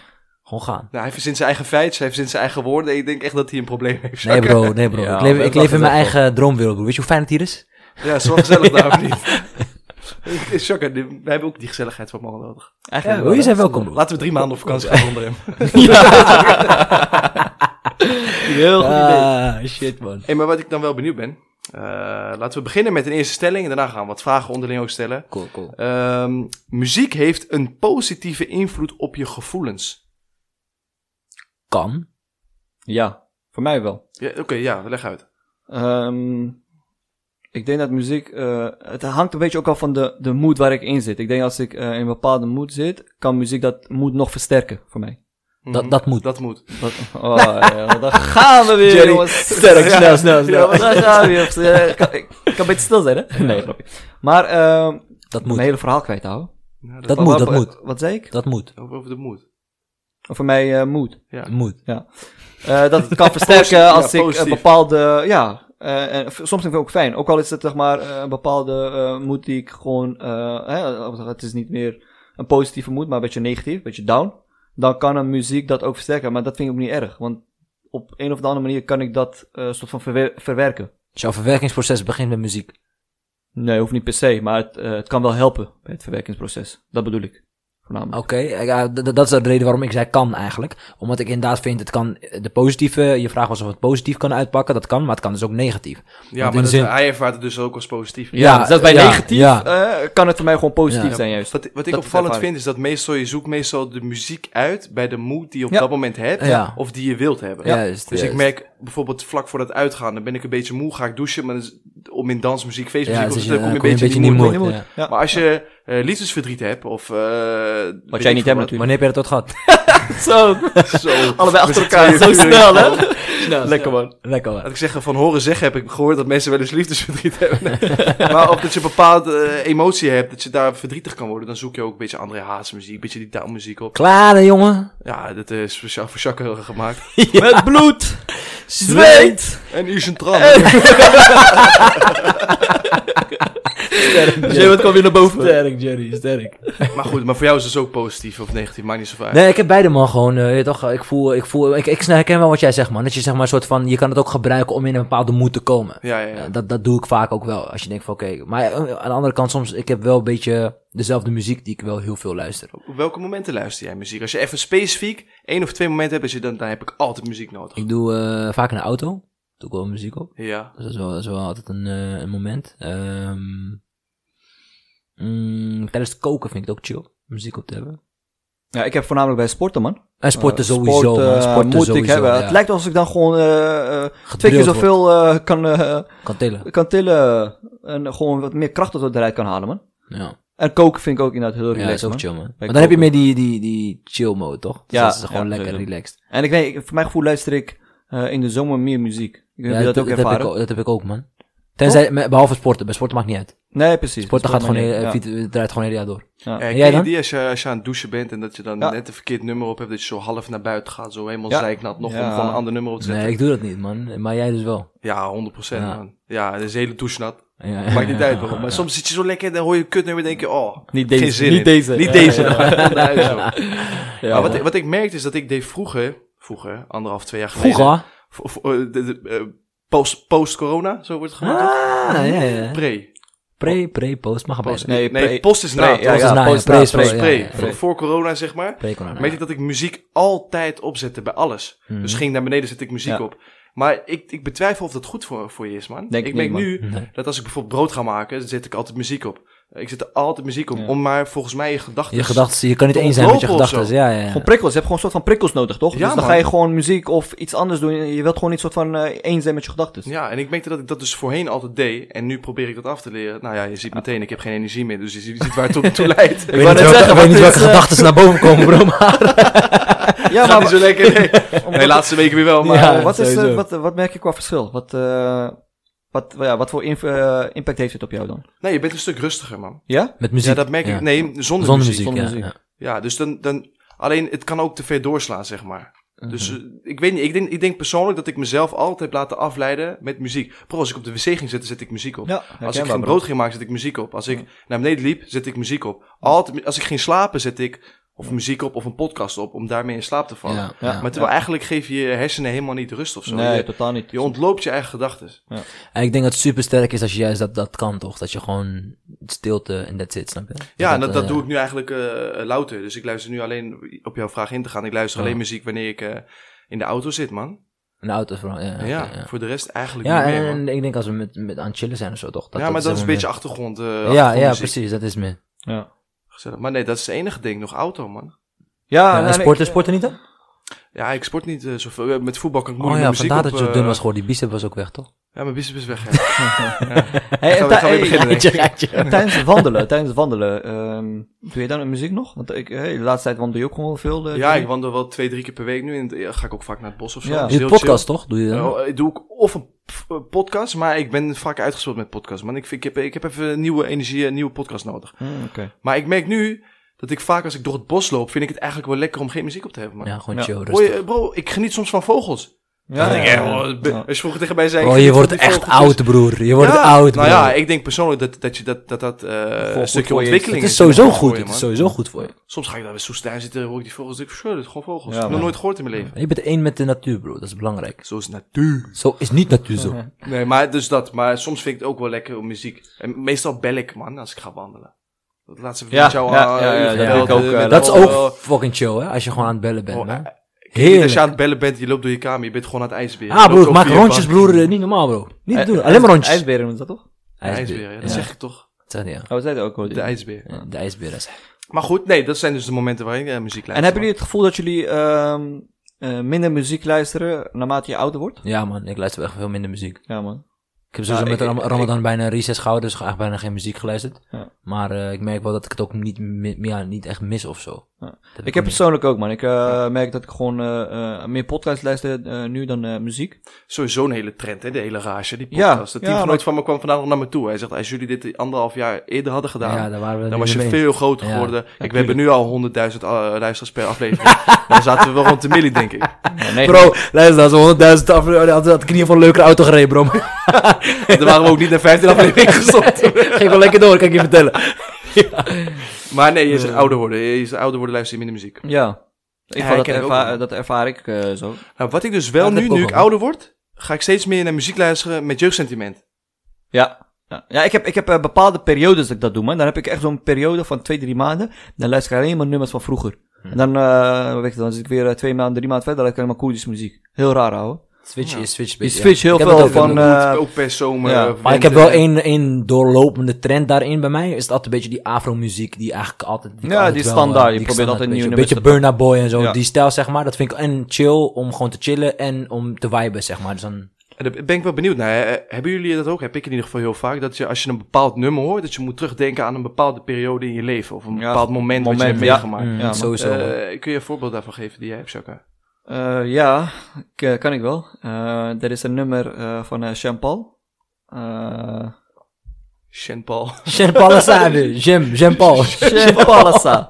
Gewoon gaan. Nou, hij verzint zijn eigen feitjes, hij verzint zijn eigen woorden. Ik denk echt dat hij een probleem heeft. Nee, bro. Nee, bro. Ja, ik leef, we ik lachen leef in het mijn echt eigen droomwereld, bro. Weet je hoe fijn het hier is? Ja, zo gezellig daar of niet. Shaka, we hebben ook die gezelligheid van Mo nodig. Ja, Eigenlijk bro, wel, je hè? zijn welkom, bro. Laten we drie maanden op vakantie gaan onder hem. Heel goed idee. Ah, shit, man. Hey, maar wat ik dan wel benieuwd ben. eh, laten we beginnen met een eerste stelling. En daarna gaan we wat vragen onderling ook stellen. Cool, cool. Ehm, muziek heeft een positieve invloed op je gevoelens. Kan. Ja, voor mij wel. Ja, Oké, ja, leg uit. Ehm, ik denk dat muziek, eh, het hangt een beetje ook af van de, de mood waar ik in zit. Ik denk als ik eh, in een bepaalde mood zit, kan muziek dat mood nog versterken voor mij. Mhm. Dat, dat moet. Dat moet. Dat, oh, ja, dan gaan we weer, Jerry, jongens. sterk, snel, snel, Ja, maar dan gaan we weer. Eh, Ik kan, ik kan een beetje stil zijn, hè? Nee, grapje. Maar, ehm Dat mijn moet. hele verhaal kwijthouden. Ja, Dat moet, dat Wat- moet. Wat zei ik? Dat moet. Over over de moed. Voor mij eh, mood. Ja. Moet. Eh, dat het kan versterken als ja, ik positief. een bepaalde. Ja, eh, en v- soms vind ik het ook fijn. Ook al is het zeg maar eh, een bepaalde eh moed die ik gewoon. eh, hè, het is niet meer een positieve moed, maar een beetje negatief, een beetje down. Dan kan een muziek dat ook versterken. Maar dat vind ik ook niet erg. Want op een of andere manier kan ik dat eh soort van verwer- verwerken. Dus jouw verwerkingsproces begint met muziek. Nee, hoeft niet per se. Maar het, eh, het kan wel helpen bij het verwerkingsproces. Dat bedoel ik. Voornamelijk. Oké, eh, ja, d- d- dat is de reden waarom ik zei kan eigenlijk. Omdat ik inderdaad vind, het kan eh, de positieve, je vraag was of het positief kan uitpakken, dat kan, maar het kan dus ook negatief. Ja, in maar dat, zin- hij ervaart het dus ook als positief. Ja, dus dat is bij ja, negatief ja. eh, kan het voor mij gewoon positief Ja. zijn juist. Wat, wat ik dat opvallend ervaar ik. vind is dat meestal je zoekt meestal de muziek uit bij de moed die je op Ja. dat moment hebt Ja. of die je wilt hebben. Juist, Dus ik juist. merk bijvoorbeeld vlak voor dat uitgaan, dan ben ik een beetje moe, ga ik douchen, maar dan is- om in dansmuziek, feestmuziek Ja, of dus zo, je- dan kom je een kom beetje, in die niet mood. moe. Moed, ja. ja. Maar als je eh, liefdesverdriet hebt of... eh, weet jij ik niet veel hebt Wanneer heb jij dat ooit gehad? Zo, wat. Zo. allebei achter elkaar. Zo tweeën snel, hè? nou, Lekker man. Lekker hoor. Laat ik zeggen, van horen zeggen heb ik gehoord dat mensen wel eens liefdesverdriet hebben. maar of dat je een bepaalde eh, emotie hebt, dat je daar verdrietig kan worden, dan zoek je ook een beetje andere haasmuziek, een beetje die taalmuziek op. Klaar, hè, jongen. Ja, dat is speciaal voor Jacques gemaakt. Met bloed, Zweet! En hier is een tram. Jay, wat kwam weer naar boven? Sterk, Jerry, sterk. maar goed, maar voor jou is het dus ook positief of negatief, maakt niet zoveel uit. Nee, ik heb beide man gewoon, eh, je weet toch, ik voel, ik voel, ik, ik snap- herken wel wat jij zegt man. Dat je zeg maar een soort van, je kan het ook gebruiken om in een bepaalde moed te komen. Ja, ja, Ja, ja. Eh, dat, dat doe ik vaak ook wel. Als je denkt van oké, maar eh, aan de andere kant soms, ik heb wel een beetje dezelfde muziek die ik wel heel veel luister. Op welke momenten luister jij muziek? Als je even specifiek één of twee momenten hebt, als je dan, dan heb ik altijd muziek nodig. Ik doe eh, vaak in de auto, doe ik wel muziek op. Ja. Dus dat is wel, dat is wel altijd een, eh, een moment. Ehm, mm, tijdens het koken vind ik het ook chill, muziek op te hebben. Ja, ik heb voornamelijk bij sporten, man. En sporten Eh, sowieso, sport, man. eh, Sporten moet sowieso, ik hebben. ja. Het lijkt alsof ik dan gewoon eh, eh, twee Gedrild keer zoveel eh, kan, eh, Kan tillen. kan tillen. En gewoon wat meer kracht tot eruit kan halen, man. Ja, En koken vind ik ook inderdaad heel ja dat relaxed, is ook man. chill, man. Maar koken. dan heb je meer die, die, die chill mode, toch? Dus Ja, dat is gewoon ja, lekker sowieso. relaxed. En ik weet, ik- voor mijn gevoel luister ik eh, in de zomer meer muziek. Ik weet niet Ja, of je dat, ook heb ik, ervaren. ook- dat heb ik ook, man. Tenzij, me- behalve sporten. Bij sporten maakt niet uit. Nee, precies. Sporten gaat gewoon, maar heel- niet, eh, ja. fiet- eh, draait gewoon heel jaar door. Ja. Ja, Ja. ken jij je dan? die als je, als je aan het douchen bent en dat je dan Ja. net een verkeerd nummer op hebt, dat je zo half naar buiten gaat, zo helemaal Ja. zeiknat, nog om Ja. gewoon een ander nummer op te zetten? Nee, ik doe dat niet, man. Maar jij dus wel. Ja, 100 procent, Ja. man. Ja, dat is hele douchenat. Ja. Maakt niet uit waarom. Maar soms zit je zo lekker en dan hoor je een kutnummer en denk je, oh, Niet geen deze, zin niet in. deze. Niet Ja, deze, ja, dan ga ik gewoon naar huis, joh. maar Ja, wat, man. ik- wat ik merkte is dat ik deed vroeger, vroeger, anderhalf, twee jaar geleden. Vroeger? v- v- eh, de- de, eh, post, post-corona, zo wordt het genoemd. Ah, ja, ja. Pre. Pre, pre, post. Mag Post. gebeuren. Nee, Nee, pre- post is na. pre- toch? ja, Post is na, ja, post na, pre is Dat wel, is ja, pre. ja, ja. Voor, voor corona, zeg maar. Pre-corona, Merk Oh, ja. ik dat ik muziek altijd opzette bij alles. Mhm. Dus ging ik naar beneden, zet ik muziek Ja. op. Maar ik, ik betwijfel of dat goed voor, voor je is, man. Denk ik ik niet, merk man. nu Nee. dat als ik bijvoorbeeld brood ga maken, dan zet ik altijd muziek op. Ik zet er altijd muziek op, Ja. om maar volgens mij je gedachten... Je gedachten, je kan niet te eens zijn met je ontlopen of zo. gedachten. Ja, ja, ja. Gewoon prikkels. Je hebt gewoon een soort van prikkels nodig, toch? Ja, dus dan man. ga je gewoon muziek of iets anders doen. Je wilt gewoon niet soort van eh eens zijn met je gedachten. Ja, en ik merkte dat ik dat dus voorheen altijd deed. En nu probeer ik dat af te leren. Nou ja, je ziet meteen, ik heb geen energie meer. Dus je ziet, je ziet waar het toe, toe leidt. Ik weet wou niet net welke, zeggen, ik weet niet wat welke is, eh, gedachten naar boven komen, bro. Maar Ja, Gaat niet maar zo lekker. Nee, Nee, laatste weken weer wel. Maar Ja. wat, is, eh, sowieso. wat, wat merk je qua verschil? Wat, eh, wat, ja, wat voor inv- eh, impact heeft het op jou dan? nee, je bent een stuk rustiger, man. Ja? Met muziek. Ja, dat merk ik. Nee, zonder, Zonder muziek. muziek, zonder ja, muziek. ja. Ja, dus dan, dan... Alleen, het kan ook te ver doorslaan, zeg maar. Dus Mhm. eh, ik weet niet, ik denk, ik denk persoonlijk dat ik mezelf altijd heb laten afleiden met muziek. Bro, als ik op de wc ging zitten, zet ik muziek op. Ja, als ik geen brood ging maken, zet ik muziek op. Als ik naar beneden liep, zet ik muziek op. Altijd, als ik ging slapen, zet ik of muziek op of een podcast op om daarmee in slaap te vallen. Ja, Ja, ja. Maar terwijl eigenlijk geef je je hersenen helemaal niet rust of zo. Nee, je, eh, totaal niet. je ontloopt je eigen gedachten. En ik denk dat het super sterk is als je juist dat, dat kan, toch? Dat je gewoon stilte en that's it, snap je? Ja, en dat, dat eh, doe ik nu eigenlijk eh, louter. Dus ik luister nu alleen, op jouw vraag in te gaan, ik luister Ja. alleen muziek wanneer ik eh, in de auto zit, man. In de auto vooral, ja. Ja, oké, ja. voor de rest eigenlijk Ja, niet meer, man. en ik denk als we met, met aan het chillen zijn of zo, toch? ja, maar dat is een helemaal beetje achtergrond. eh meer- Ja, ja, achtergrondmuziek. precies, dat is meer. Ja, Gezellig. Maar nee, dat is het enige ding, nog auto, man. Ja, ja, en nee, sporten, ik- sporten niet dan? Ja, ik sport niet eh, zoveel. Eh, Met voetbal kan ik Oh moeilijk ja, met muziek vandaar op, dat je zo eh, dun was geworden. Die bicep was ook weg, toch? Ja, mijn bicep is weg. ja. Hey, Gaan we- en gaan we tij- beginnen, denk ik. Ja, tijdens het wandelen, tijdens het wandelen, ehm, doe je dan muziek nog? Want ik, hey, de laatste tijd wandel je ook gewoon veel. eh, Ja, dingen. ik wandel wel twee, drie keer per week nu. En eh, ga ik ook vaak naar het bos of zo. Ja. Dat is Je heel podcast, toch? Doe je dan? Nou, ik doe ik of een p- eh, podcast, maar ik ben vaak uitgespeeld met podcast. Man, ik, vind- ik, heb, ik heb even een nieuwe energie, een nieuwe podcast nodig. Hmm, Oké. Maar ik merk nu dat ik vaak als ik door het bos loop, vind ik het eigenlijk wel lekker om geen muziek op te hebben. Man. Ja, gewoon Ja. chill, Hoor rustig. je, bro, ik geniet soms van vogels. Ja, Ik denk, ja, eh, ja. hoor, Ja. als je vroeger tegen mij zei... ik Oh, je geniet van wordt die echt vogeltjes. oud, broer. Je wordt Ja, oud, broer. Nou ja, ik denk persoonlijk dat dat, je dat, dat, dat eh, een stukje voor je is. ontwikkeling het is sowieso Voor goed. je, Het is man. sowieso goed voor je. Soms ga ik daar bij Soestuin zitten, hoor ik die vogels. Ik verscheur, dit is gewoon vogels. ik Ja, heb nog man. nooit gehoord in mijn leven. Je bent één met de natuur, broer. Dat is belangrijk. Zo is het natuur. Zo is niet natuur zo. Nee, maar dus dat. Maar soms vind ik het ook wel lekker om muziek. En meestal bel ik, man, als ik ga wandelen. Dat laatste Ja, met jou ja, al, ja, eh, ja, u dat gebeld, doe ik ook, eh, eh, met Dat is allemaal, ook eh, fucking chill, hè? Als je gewoon aan het bellen bent, oh, eh, man. Als je Heerlijk. aan het bellen bent, je loopt door je kamer, je bent gewoon aan het ijsberen. Ah, Je loopt broer, ook maak via je rondjes, bank. broer. eh, Niet normaal, bro. Niet doen. IJs- Alleen maar rondjes. IJsberen noemen ze dat toch? Ja, ijsbeer, ja, dat ja. zeg ik toch. Dat zeg je, ja. Oh, we zeiden ook al. De ijsbeer. Ja, De ijsbeer is Maar goed, nee, dat zijn dus de momenten waarin ik eh, muziek luister. En hebben jullie het gevoel dat jullie ehm, eh, minder muziek luisteren naarmate je ouder wordt? Ja, man. Ik luister echt veel minder muziek. Ja, man. Ik heb sowieso Ja, met ik- Ram- ik- Ramadan bijna een reset gehouden, dus echt bijna geen muziek geluisterd. Ja. Maar eh, ik merk wel dat ik het ook niet, mi- ja, niet echt mis of zo. Ja. Dat Ik niet. heb persoonlijk ook, man. Ik eh, merk dat ik gewoon eh, eh, meer podcasts luister eh, nu dan eh, muziek. Sowieso een hele trend, hè, de hele rage, die Ja, podcast. de ja, teamgenoot maar- van me kwam vandaag nog naar me toe. Hij zegt, als jullie dit anderhalf jaar eerder hadden gedaan, Ja, daar waren we dan niet was je mee. veel groter Ja, geworden. Kijk, we hebben nu al 100.000 eh, luisteraars per aflevering. dan zaten we wel rond de milli, denk ik. nee, Bro, luister, dat is 100.000 afleveringen. Had, had ik in ieder geval een leukere auto gereden, bro. Dan waren we ook niet naar 15 afleveringen gestopt. Ging wel lekker door, kan ik je vertellen. Maar nee, je zegt ouder worden. Je zegt ouder worden, luister je minder muziek. Ja. Ik Ja, vond ik dat, ken het ook, ervaar, man. dat ervaar ik eh, zo. Nou, wat ik dus wel Ja, dat nu, heb ik nu ook ik wel. ouder word, ga ik steeds meer naar muziek luisteren met jeugdsentiment. Ja. Ja, ja ik heb, ik heb eh, bepaalde periodes dat ik dat doe, man. Dan heb ik echt zo'n periode van twee, drie maanden. Dan luister ik alleen maar nummers van vroeger. En dan, eh, weet je, dan zit ik weer eh, twee maanden, drie maanden verder. Dan luister ik alleen maar Koerdische muziek. Heel raar, ouwe. Switch Ja. is Switch. Je beetje, ja. switch heel Ik heb veel dat ook van, wel. eh, Moet ook per zomer. ja. eh, Maar Maar ik winter. heb wel één, één doorlopende trend daarin bij mij. Is dat een beetje die afro-muziek die eigenlijk altijd... ik Ja, altijd die wel, standaard. eh, Je ik probeert standaard altijd een nieuwe beetje- Een nummers beetje Burna Boy en zo. Ja. Die stijl, zeg maar. Dat vind ik en chill om gewoon te chillen en om te viben, zeg maar. Dus dan... En daar ben ik wel benieuwd naar. hè. Eh, Hebben jullie dat ook? Heb ik in ieder geval heel vaak. Dat je als je een bepaald nummer hoort, dat je moet terugdenken aan een bepaalde periode in je leven. Of een Ja, bepaald moment, wat je moment, hebt ja. meegemaakt. Mm, ja, maar- sowieso. man. Eh, kun je een voorbeeld daarvan geven die jij hebt, Shaka? Eh, ja, k- kan ik wel. Eh, er is een nummer eh, van eh Sean Paul. Eh, Sean Paul. Jean-Paul Assade. Jim, Jean-Paul. Sean Paul is dat.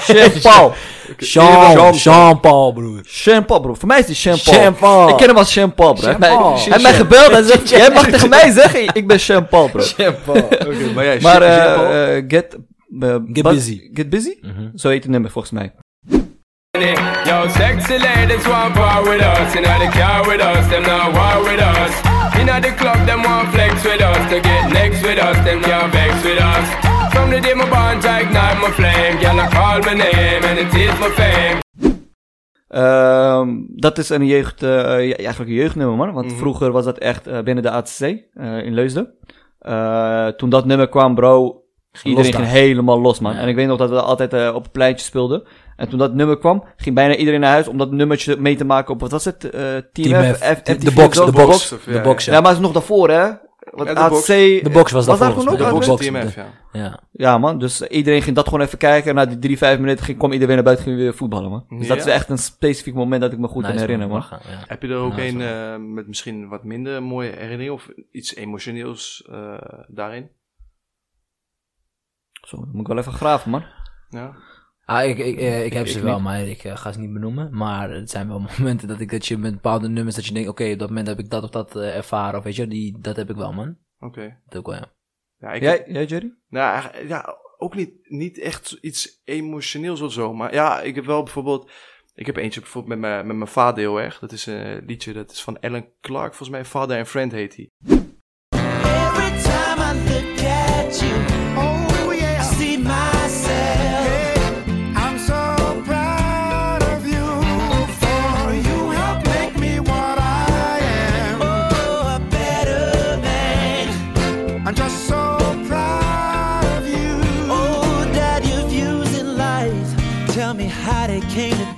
Sean Paul. Jean, Jean-Paul, broer. Sean Paul, bro. Voor mij is die Sean Paul. Sean Paul. Ik ken hem als Sean Paul, bro. Hij heeft mij- Sean Paul. Hij heeft mij gebeld en zegt, jij mag tegen mij zeggen, ik ben Sean Paul, bro. Jean-Paul. maar jij, Maar eh, Sean Paul. eh, get, eh, Get Bus- Busy. Get busy? Zo heet het nummer volgens mij. Yo, sexy ladies want part with us. You know the car with us, them not war with us. You know the club, them want flex with us. To get next with us, them can't vex with us. From the day my bond, I ignite my flame. Girl, I call my name and it is my fame. Ehm, dat is een jeugd, eh, ja, eigenlijk een jeugdnummer, man. Want Mhm. vroeger was dat echt eh, binnen de ATC eh, in Leusden. Eh, toen dat nummer kwam, bro, iedereen daar. ging helemaal los, man. En ik weet nog dat we dat altijd eh, op het pleintje speelden. En toen dat nummer kwam, ging bijna iedereen naar huis om dat nummertje mee te maken op, wat was het? eh, Team, Team F, F, F- de MTV box, of zo? de box box. of- De ja, box, Ja, ja. maar het is nog daarvoor, hè? Want Ja, de ATC... box. De box was dat daar volgens toen mij. ook de ATC? box box, TMF, de- ja. Ja. Ja, man. Dus iedereen ging dat gewoon even kijken. En na die drie, vijf minuten ging, kwam iedereen naar buiten ging weer voetballen, man. Dus dat Ja. is echt een specifiek moment dat ik me goed Nice, kan herinneren, man. mag gaan, ja. Heb je er ook Ja, een zo. eh, met misschien wat minder mooie herinnering of iets emotioneels eh, daarin? Zo, dan moet ik wel even graven, man. Ja. Ah, ik, ik, eh, ik heb Ik ze niet. wel, maar ik eh, ga ze niet benoemen. Maar het zijn wel momenten dat, ik, dat je met bepaalde nummers... dat je denkt, oké, op dat moment heb ik dat of dat eh, ervaren. Of weet je, die, dat heb ik wel, man. Oké. Dat ook wel, ja. Ja, ik Jij, jij, Jerry? Nou, eigenlijk- ja, ook niet, niet echt iets emotioneels of zo. Maar ja, ik heb wel bijvoorbeeld. Ik heb eentje bijvoorbeeld met mijn, met mijn vader heel erg. Dat is een liedje, dat is van Alan Clark, volgens mij. Father and Friend heet hij. Every time I look at you, oh yeah, I see myself. I'm so proud of you, for you help make me what I am. Oh, a better man. I'm just so proud of you. Oh, that your views in life. Tell me how they came to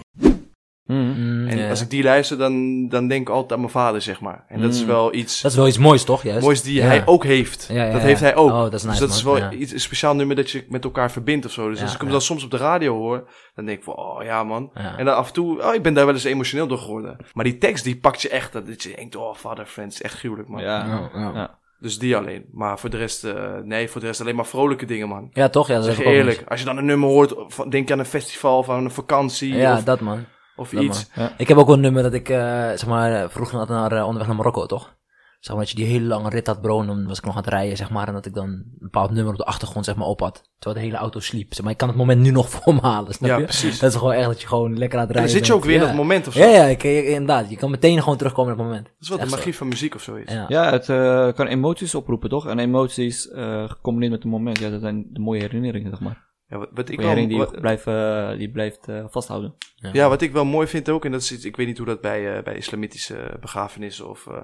Mm-hmm. Mm, En ja. als ik die luister, dan, dan denk ik altijd aan mijn vader, zeg maar. En dat is wel iets Mm. Dat is wel iets moois, toch? Juist? moois die Ja. hij ook heeft. Ja, ja, dat ja. heeft hij ook. Oh, dat is dus nice, dat man. is wel Ja. iets, een speciaal nummer dat je met elkaar verbindt of zo. Dus Ja, als ik hem ja. dan soms op de radio hoor, dan denk ik van, oh ja man. Ja. En dan af en toe, oh ik ben daar wel eens emotioneel door geworden. Maar die tekst, die pakt je echt. Dat dat je denkt, oh vader, friends, echt gruwelijk man. Ja, ja. Ja. Dus die alleen. Maar voor de rest, eh, nee, voor de rest alleen maar vrolijke dingen, man. Ja, toch? Ja, dat Zeg heb je ik ook eerlijk, als je dan een nummer hoort, van, denk je aan een festival, van een vakantie niet. Ja, of, dat man. of dat iets. Ik heb ook wel een nummer dat ik, eh, zeg maar, eh, vroeger had naar, eh, onderweg naar Marokko, toch? Zeg maar dat je die hele lange rit had, bro. En dan was ik nog aan het rijden, zeg maar. En dat ik dan een bepaald nummer op de achtergrond, zeg maar, op had. Terwijl de hele auto sliep. Zeg maar, ik kan het moment nu nog voor me halen, snap Ja, je? precies. Dat is gewoon echt dat je gewoon lekker aan het Dan rijden zit je bent. ook weer Ja. in dat moment of zo. Ja, ja, ik, ik- inderdaad. Je kan meteen gewoon terugkomen op het moment. Dat is wel de Echt zo. magie van muziek of zoiets. Ja. Ja, het eh, kan emoties oproepen, toch? En emoties eh, gecombineerd met een moment, ja, dat zijn de mooie herinneringen, zeg maar. Ja, wat, wat ik Een herinnering wel, die wat- je blijft, eh, die blijft eh, vasthouden. ja, wat ik wel mooi vind ook, en dat is iets, ik weet niet hoe dat bij, eh, bij islamitische begrafenissen of eh,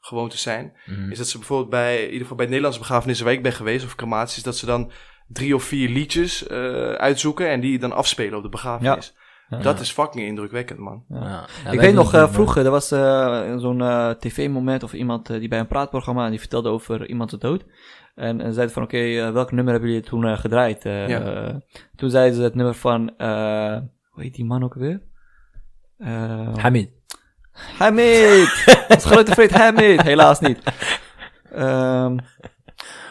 gewoontes zijn, Mhm. is dat ze bijvoorbeeld bij, in ieder geval bij Nederlandse begrafenissen waar ik ben geweest, of crematies, dat ze dan drie of vier liedjes eh, uitzoeken en die dan afspelen op de begrafenis. Ja. Dat is fucking indrukwekkend, man. Ja. Ja, wij ik doen weet nog, het eh, niet, man. vroeger, er was eh, zo'n eh, tv-moment of iemand eh, die bij een praatprogramma en die vertelde over iemand de dood. En, en zeiden van, oké, eh, welk nummer hebben jullie toen eh, gedraaid? Eh, Ja. eh, toen zeiden ze het nummer van, eh, hoe heet die man ook weer? Eh, Hamid. Hamid! Ons grote vriend Hamid! Helaas niet. Ehm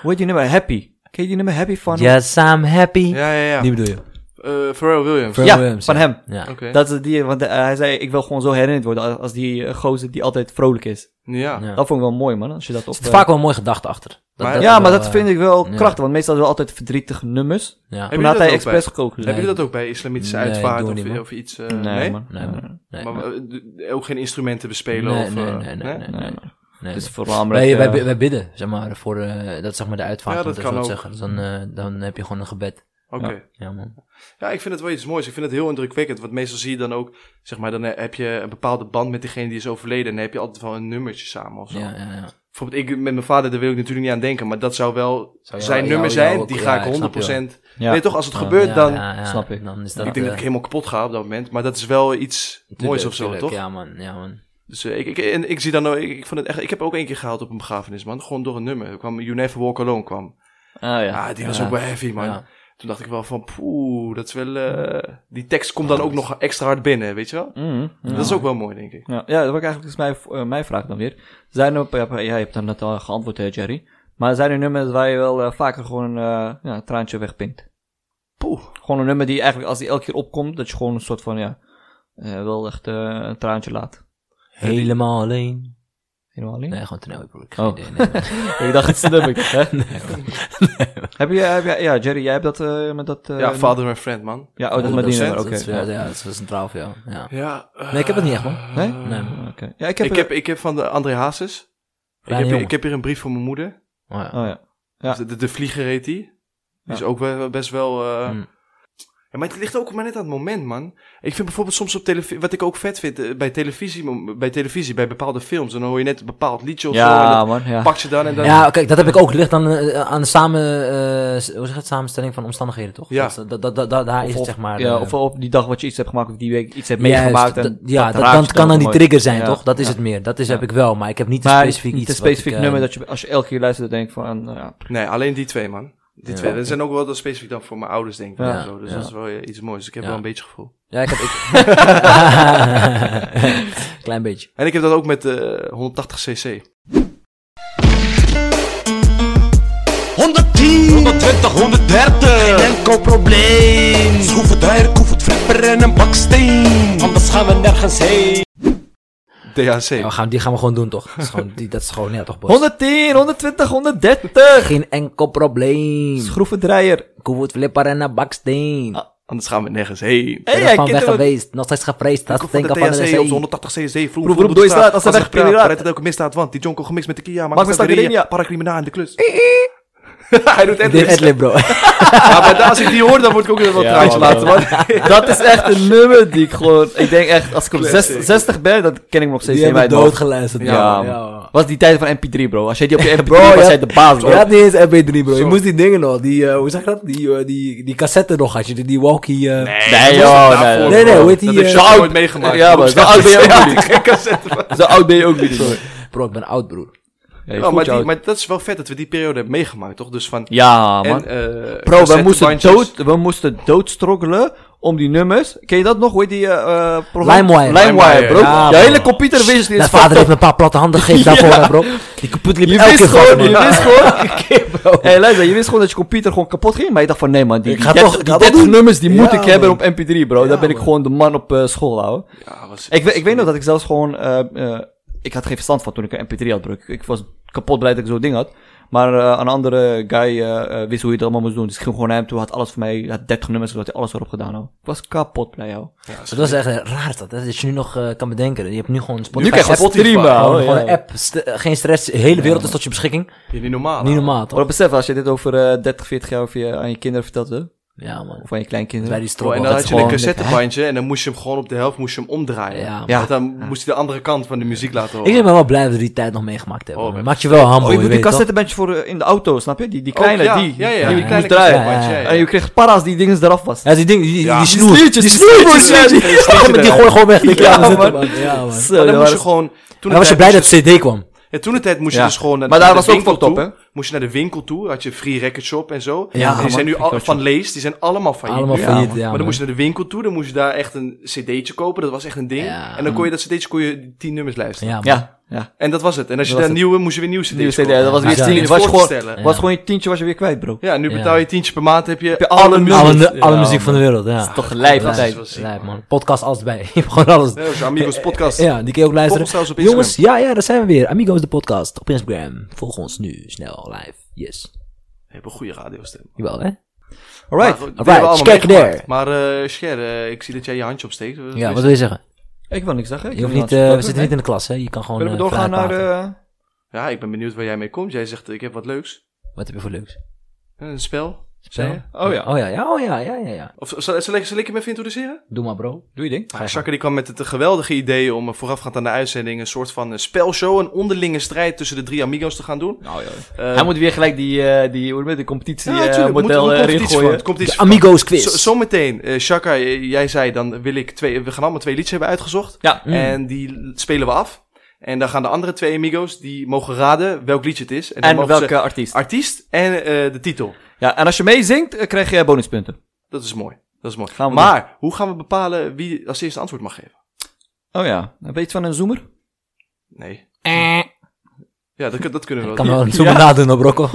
hoe heet die nummer? Happy. Ken je die nummer Happy van... Yes, I'm happy. Ja, ja, ja. Die bedoel je? Eh, Pharrell Williams. Pharrell Ja, Williams, van ja. hem. Ja. Oké. Dat is die, want eh, hij zei, ik wil gewoon zo herinnerd worden als- als die eh, gozer die altijd vrolijk is. Ja. Ja. Dat vond ik wel mooi, man. Als je dat op... Er zit eh, vaak wel een mooie gedachte achter. Dat- Maar- dat ja, wel, maar dat eh, vind ik wel ja. krachtig, want meestal zijn we altijd verdrietige nummers. Ja. Heb Toen je had dat hij ook expres bij- gekozen. Hebben jullie dat ook bij islamitische Nee, uitvaarten doen we of, niet, man. of iets? eh, Nee, nee? man. Nee, Nee, man. Nee, Maar man. eh, d- ook geen instrumenten bespelen? Nee, of, nee, eh, nee, nee, nee, Nee, nee. man. Dus- Nee, Het is nee. vooral omdat... Wij, wij, eh, wij- wij bidden, zeg maar, voor, eh, dat is zeg maar de uitvaart. Ja, om dat het kan zo te ook. Zeggen. Mm. Dus dan, eh, dan heb je gewoon een gebed. Oké. Ja, man. Ja, ik vind het wel iets moois. Ik vind het heel indrukwekkend. Want meestal zie je dan ook, zeg maar, dan eh, heb je een bepaalde band met degene die is overleden. En dan heb je altijd wel een nummertje samen of zo. Ja, ja, ja. Bijvoorbeeld, ik met mijn vader, daar wil ik natuurlijk niet aan denken. Maar dat zou wel Zou jou- zijn jou- nummer jou zijn. ook- die Oh, ja, ga ik snap ik 100%. Ja. Nee, toch? Als het gebeurt, dan. Snap ik. Dan is dat, Ik denk dat ik eh, helemaal kapot ga op dat moment. Maar dat is wel iets moois tuurlijk, of zo, tuurlijk. toch? Ja, man. Ja, man. Dus eh, ik, ik, en ik zie dan ook, ik, ik vond het echt, ik heb ook één keer gehaald op een begrafenis, man. Gewoon door een nummer. Er kwam You Never Walk Alone kwam. Ah Ja, ja. die was ook wel heavy, man. Ja. Toen dacht ik wel van, poeh, dat is wel, eh, die tekst komt dan ook nog extra hard binnen, weet je wel? Mhm. Dat is ook wel mooi, denk ik. Ja, ja dat was eigenlijk dus mijn, eh, mijn vraag dan weer. Zijn er, ja, je hebt daar net al geantwoord, eh, Jerry. Maar zijn er nummers waar je wel eh, vaker gewoon eh, ja, een traantje wegpinkt? Poeh. Gewoon een nummer die eigenlijk, als die elke keer opkomt, dat je gewoon een soort van, ja, eh, wel echt eh, een traantje laat. Helemaal alleen. Helemaal niet? Nee, gewoon toneelpubliek. Oh. ik dacht, het snap ik. Hè? Heb je, heb je, ja, Jerry, jij hebt dat eh, met dat... eh, ja, Father and Friend, man. Ja, oh, dat is met die nummer, 100%, oké. Ja, ja, dat is centraal voor jou. Ja. Ja. eh, Nee, ik heb het niet echt, man. Nee? Nee, man. Ah, Oké. Ja, eh, ik heb... ik, heb, ik heb van de André Hazes. Ik Kleine heb, hier, jongen. ik heb hier een brief van mijn moeder. Dus Oh, ja. Oh ja. Ja. De, de, de vlieger heet die. Die Ja. is ook wel- best wel... eh, Mm. Ja, maar het ligt ook maar net aan het moment, man. Ik vind bijvoorbeeld soms op televisie... Wat ik ook vet vind, eh, bij televisie, bij televisie, bij bepaalde films... dan hoor je net een bepaald liedje of zo... en Ja, dat man, ja. pak je dan en dan... Ja, kijk, dat heb ik ook. Het ligt aan, eh, aan de samen, eh, s- hoe zeg het, samenstelling van omstandigheden, toch? Dus Ja. Dat, dat, dat, dat- daar is Of- het, zeg maar. Ja, eh, of op die dag wat je iets hebt gemaakt, of die week iets hebt juist, meegemaakt. en dat- ja, dat, raakt dan je kan dan wel die mooi. trigger zijn, Ja, toch? Dat is ja. het meer. Dat is, Ja. heb ik wel, maar ik heb niet een Maar specifiek niet iets. een wat ik, specifiek eh, nummer dat je, als je elke keer luistert, dan denk ik van, eh, ja, Nee, alleen die twee, man. Die twee. Dat zijn ook wel dat specifiek dan voor mijn ouders, denk ik. Ja. en zo. Dus Ja. dat is wel eh, iets moois. Ik heb Ja. wel een beetje gevoel. Ja, ik heb... Ik... Klein beetje. En ik heb dat ook met eh 180cc. 110, 120, 130. Geen enkel probleem. Schroef het hek, hoef het flipper en een baksteen. Anders gaan we nergens heen. DHC. Ja, we gaan, die gaan we gewoon doen, toch? Dat is gewoon, die, dat is gewoon ja, toch, boys? 110, 120, 130. Geen enkel probleem. Schroevendraaier. Koevoet flipper en een baksteen. Ah, anders gaan we nergens heen. Hey, er is jij van kent weg hem. geweest. Nog steeds gevreesd. Dat is het Kom van de denken van de E THC op DSC. 180 CC. Vroeg, vroeg door je straat, als hij wegpraat. Rijdt het ook een misdaad, want die jonko gemixt met tequila. Maakt Max een staderia, Staderia. paracriminaal in de klus. Hij doet Dit Edlips. Edlib, bro. Ja, maar daar- als ik die hoor, dan word ik ook weer wel Ja, traantje man. laten. want- Dat is echt een nummer die ik gewoon... Ik denk echt, als ik op Classic. 60, 60 ben, dan ken ik me nog steeds Die niet hebben uit mijn hoofd. doodgeluisterd. Ja, man. man. man. was die tijd van MP3, bro. Als jij die op je MP3 Bro, was, ja. jij de baas, bro. Je had niet eens MP3, bro. Je moest die dingen nog, die, eh, hoe zeg je dat? Die, eh, die, die cassette nog had je, die, die walkie. eh. Nee, joh, Oh, nee, nee. nee, nee, hoe heet Dat die? heb je eh, zo nooit meegemaakt. Ja, maar zo oud ben je ook niet. Geen cassette. man. Zo oud ben je ook niet. Sorry. Bro, ik ben oud, broer. Ja, je Ja, voelt Oh, maar je die- oud. Maar dat is wel vet dat we die periode hebben meegemaakt, toch? Dus van... Ja, man. En, eh, Bro, we moesten, cassettebandjes. dood, we moesten doodstroggelen om die nummers. Ken je dat nog? Hoe heet die eh, eh programma? LimeWire. LimeWire, bro. Ja, je man. hele computer wist niet Mijn eens vader van- heeft me een paar platte handen gegeven daarvoor, hè, bro. Die computer liep Je elke wist keer vast, gewoon, man. je wist gewoon. bro. Hé, luister, je wist gewoon dat je computer gewoon kapot ging. Maar je dacht van, nee man, die, Ik die ga 30, toch- ik die ga toch 30 doen. nummers die moet Ja, ik hebben op man. MP3, bro. Daar ben ik gewoon de man op eh, school, houden. Ja, was- Ik, we- ik weet nog dat ik zelfs gewoon. eh, eh, ik had geen verstand van toen ik een MP3 had, bro. Ik, ik was kapot blij dat ik zo'n ding had. Maar eh, een andere guy eh, eh, wist hoe je het allemaal moest doen. Dus ik ging gewoon naar hem toe, had alles voor mij. hij Had 30 nummers, zodat hij alles erop gedaan had. Ik was kapot blij, joh. Dat was echt eh, raar, is dat, hè, dat je nu nog eh, kan bedenken. Je hebt nu gewoon Spotify. Nu krijg je app. Spotify, Gewoon, hoor, gewoon ja. een app, st- eh, geen stress. De hele wereld is tot je beschikking. Ja, Niet normaal. Niet normaal, toch? Maar besef, als je dit over eh, 30, 40 jaar over je, aan je kinderen vertelt, hè? Ja, man. Of aan je Bij kleinkinderen. Oh, die Bro, stroop. en dan altijd had je een gewoon- cassettebandje en dan moest je hem gewoon op de helft moest je hem omdraaien. Ja, man. Ja. Want dan moest hij de andere kant van de muziek laten horen. Ik ben wel blij dat we die tijd nog meegemaakt hebben. Oh, man. we- Maakt je wel humble, Oh, je moet die weet toch? cassettebandje voor eh, in de auto, snap je? Die, die kleine, Ook, ja, die. Ja, ja, die, die moest kleine draaien. cassettebandje, ja, ja. En je kreeg para's die dingen eraf was. Ja, die ding, die, Ja. die Die snoer. sliertjes, Die die snoer, bro, sliertjes, die sliertjes. die sliertjes Ja, maar die eruit. gooi gewoon weg. denk ik. Ja, Ja, man. man. Ja, man. Zo, Maar joh, Oh, dan moest dat- je gewoon... Toen Dan was je blij dat CD kwam. En toen de tijd moest je Ja. dus gewoon naar, Maar daar naar de was ook winkel fucked up, toe. hè? Moest je naar de winkel toe, had je free record shop en zo. Ja, en die man, zijn nu free al, record van Lees, die zijn allemaal failliet. Allemaal nu. Ja, failliet, man. ja, maar man. dan moest je naar de winkel toe, dan moest je daar echt een cd'tje kopen, dat was echt een ding. Ja. En dan kon je dat cd'tje, kon je tien nummers luisteren. Ja, man. Ja, ja. En dat was het. En als je Dat daar was nieuwe, moest je weer nieuwe cd's Nieuwe CD, kopen. dat was Ja, weer ja. tien- Ja. het was Voor te gewoon, stellen. was gewoon je tientje was je weer kwijt, bro. Ja, nu Ja. betaal je tientje per maand, heb je, je alle alle muziek. muziek. Alle, Ja, alle man. muziek van de wereld, ja. Toch lijp Lijp, altijd. was ziek, lijp, man. Podcast alles bij. Je hebt gewoon alles. Ja, dat is Amigos podcast. Ja, die kun je ook luisteren. ons trouwens op Instagram. Jongens, ja, ja, daar zijn we weer. Amigos de podcast op Instagram. Volg ons nu, snel, live. Yes. We hebben een goede radiostem. Jawel, hè? Alright. Maar goed, die Alright, hebben we allemaal kijk meegemaakt. daar. Maar eh, Sher, eh, ik zie dat jij je handje opsteekt. Wat Ja, is wat wil je zeggen? Ik wil niks zeggen. Ik Je hoeft wil niet, aan eh, het we zitten stoppen. niet in de klas, hè? Je kan gewoon. Kunnen we eh, doorgaan vrij naar praten. de... eh, Ja, ik ben benieuwd waar jij mee komt. Jij zegt, ik heb wat leuks. Eh, Wat heb je voor leuks? Een spel. Zo. Oh ja. Oh ja, ja, oh ja, ja, ja, ja. Of zal, zal, ik, zal ik hem even introduceren? Doe maar, bro. Doe je ding. Ga je gang. Sjakker die kwam met het eh, geweldige idee om eh, voorafgaand aan de uitzending een soort van eh, spelshow, een onderlinge strijd tussen de drie amigos te gaan doen. Nou ja. Eh, Hij moet weer gelijk die, eh, die, hoe noem je dat, die competitie ja, eh, tuurlijk, moet- model moet- eh, komt erin iets van, gooien. komt iets De Amigos quiz. Zo- Zometeen, eh Shaka, eh, jij zei dan wil ik twee, we gaan allemaal twee liedjes hebben uitgezocht. Ja. Mm. En die l- spelen we af. En dan gaan de andere twee amigos, die mogen raden welk liedje het is. dan En mogen welke ze artiest? artiest en eh, de titel. Ja, en als je meezingt, eh, krijg je bonuspunten. Dat is mooi. Dat is mooi. Gaan we maar hoe gaan we bepalen wie als eerste antwoord mag geven? Oh ja. Een beetje van een zoomer? Nee. Eh. Ja, dat, kun- dat kunnen we wel. Kan wel een zoemer nadoen op Rocco.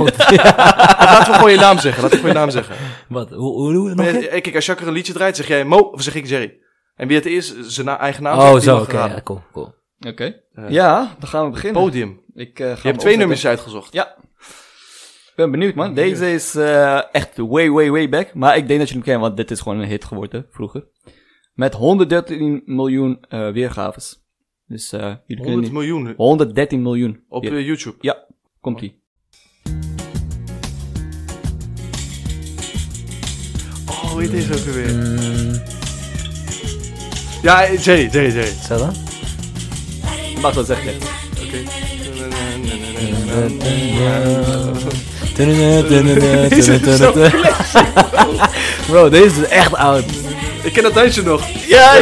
Laten we gewoon je naam zeggen. Laten we gewoon je naam zeggen. Wat? Hoe, hoe doen we het nog? Eh, een keer? eh, Kijk, als Shaka een liedje draait, zeg jij Mo of zeg ik Jerry. En wie het is, zijn na- eigen naam. zegt, Oh, die zo, mag oké. raden. ja, cool, cool. Oké. Eh. Ja, dan gaan we beginnen. Podium. Ik, Je eh, ga hem hebt twee opzetten. nummers uitgezocht. Ja. Ik ben benieuwd, man. Deze is eh, echt way, way, way back. Maar ik denk dat je hem kent, want dit is gewoon een hit geworden vroeger. Met 113 miljoen eh, weergaves. Dus eh jullie kunnen 100 niet... miljoen 113 miljoen. op Ja. eh, YouTube. Ja, komt ie. Oh, dit is ook weer. Ja, eh, Jerry, Jerry, Jerry. Zo dan? Je mag dat zeggen. Oké. Bro, deze is echt oud. Ik ken dat dansje nog. Ja,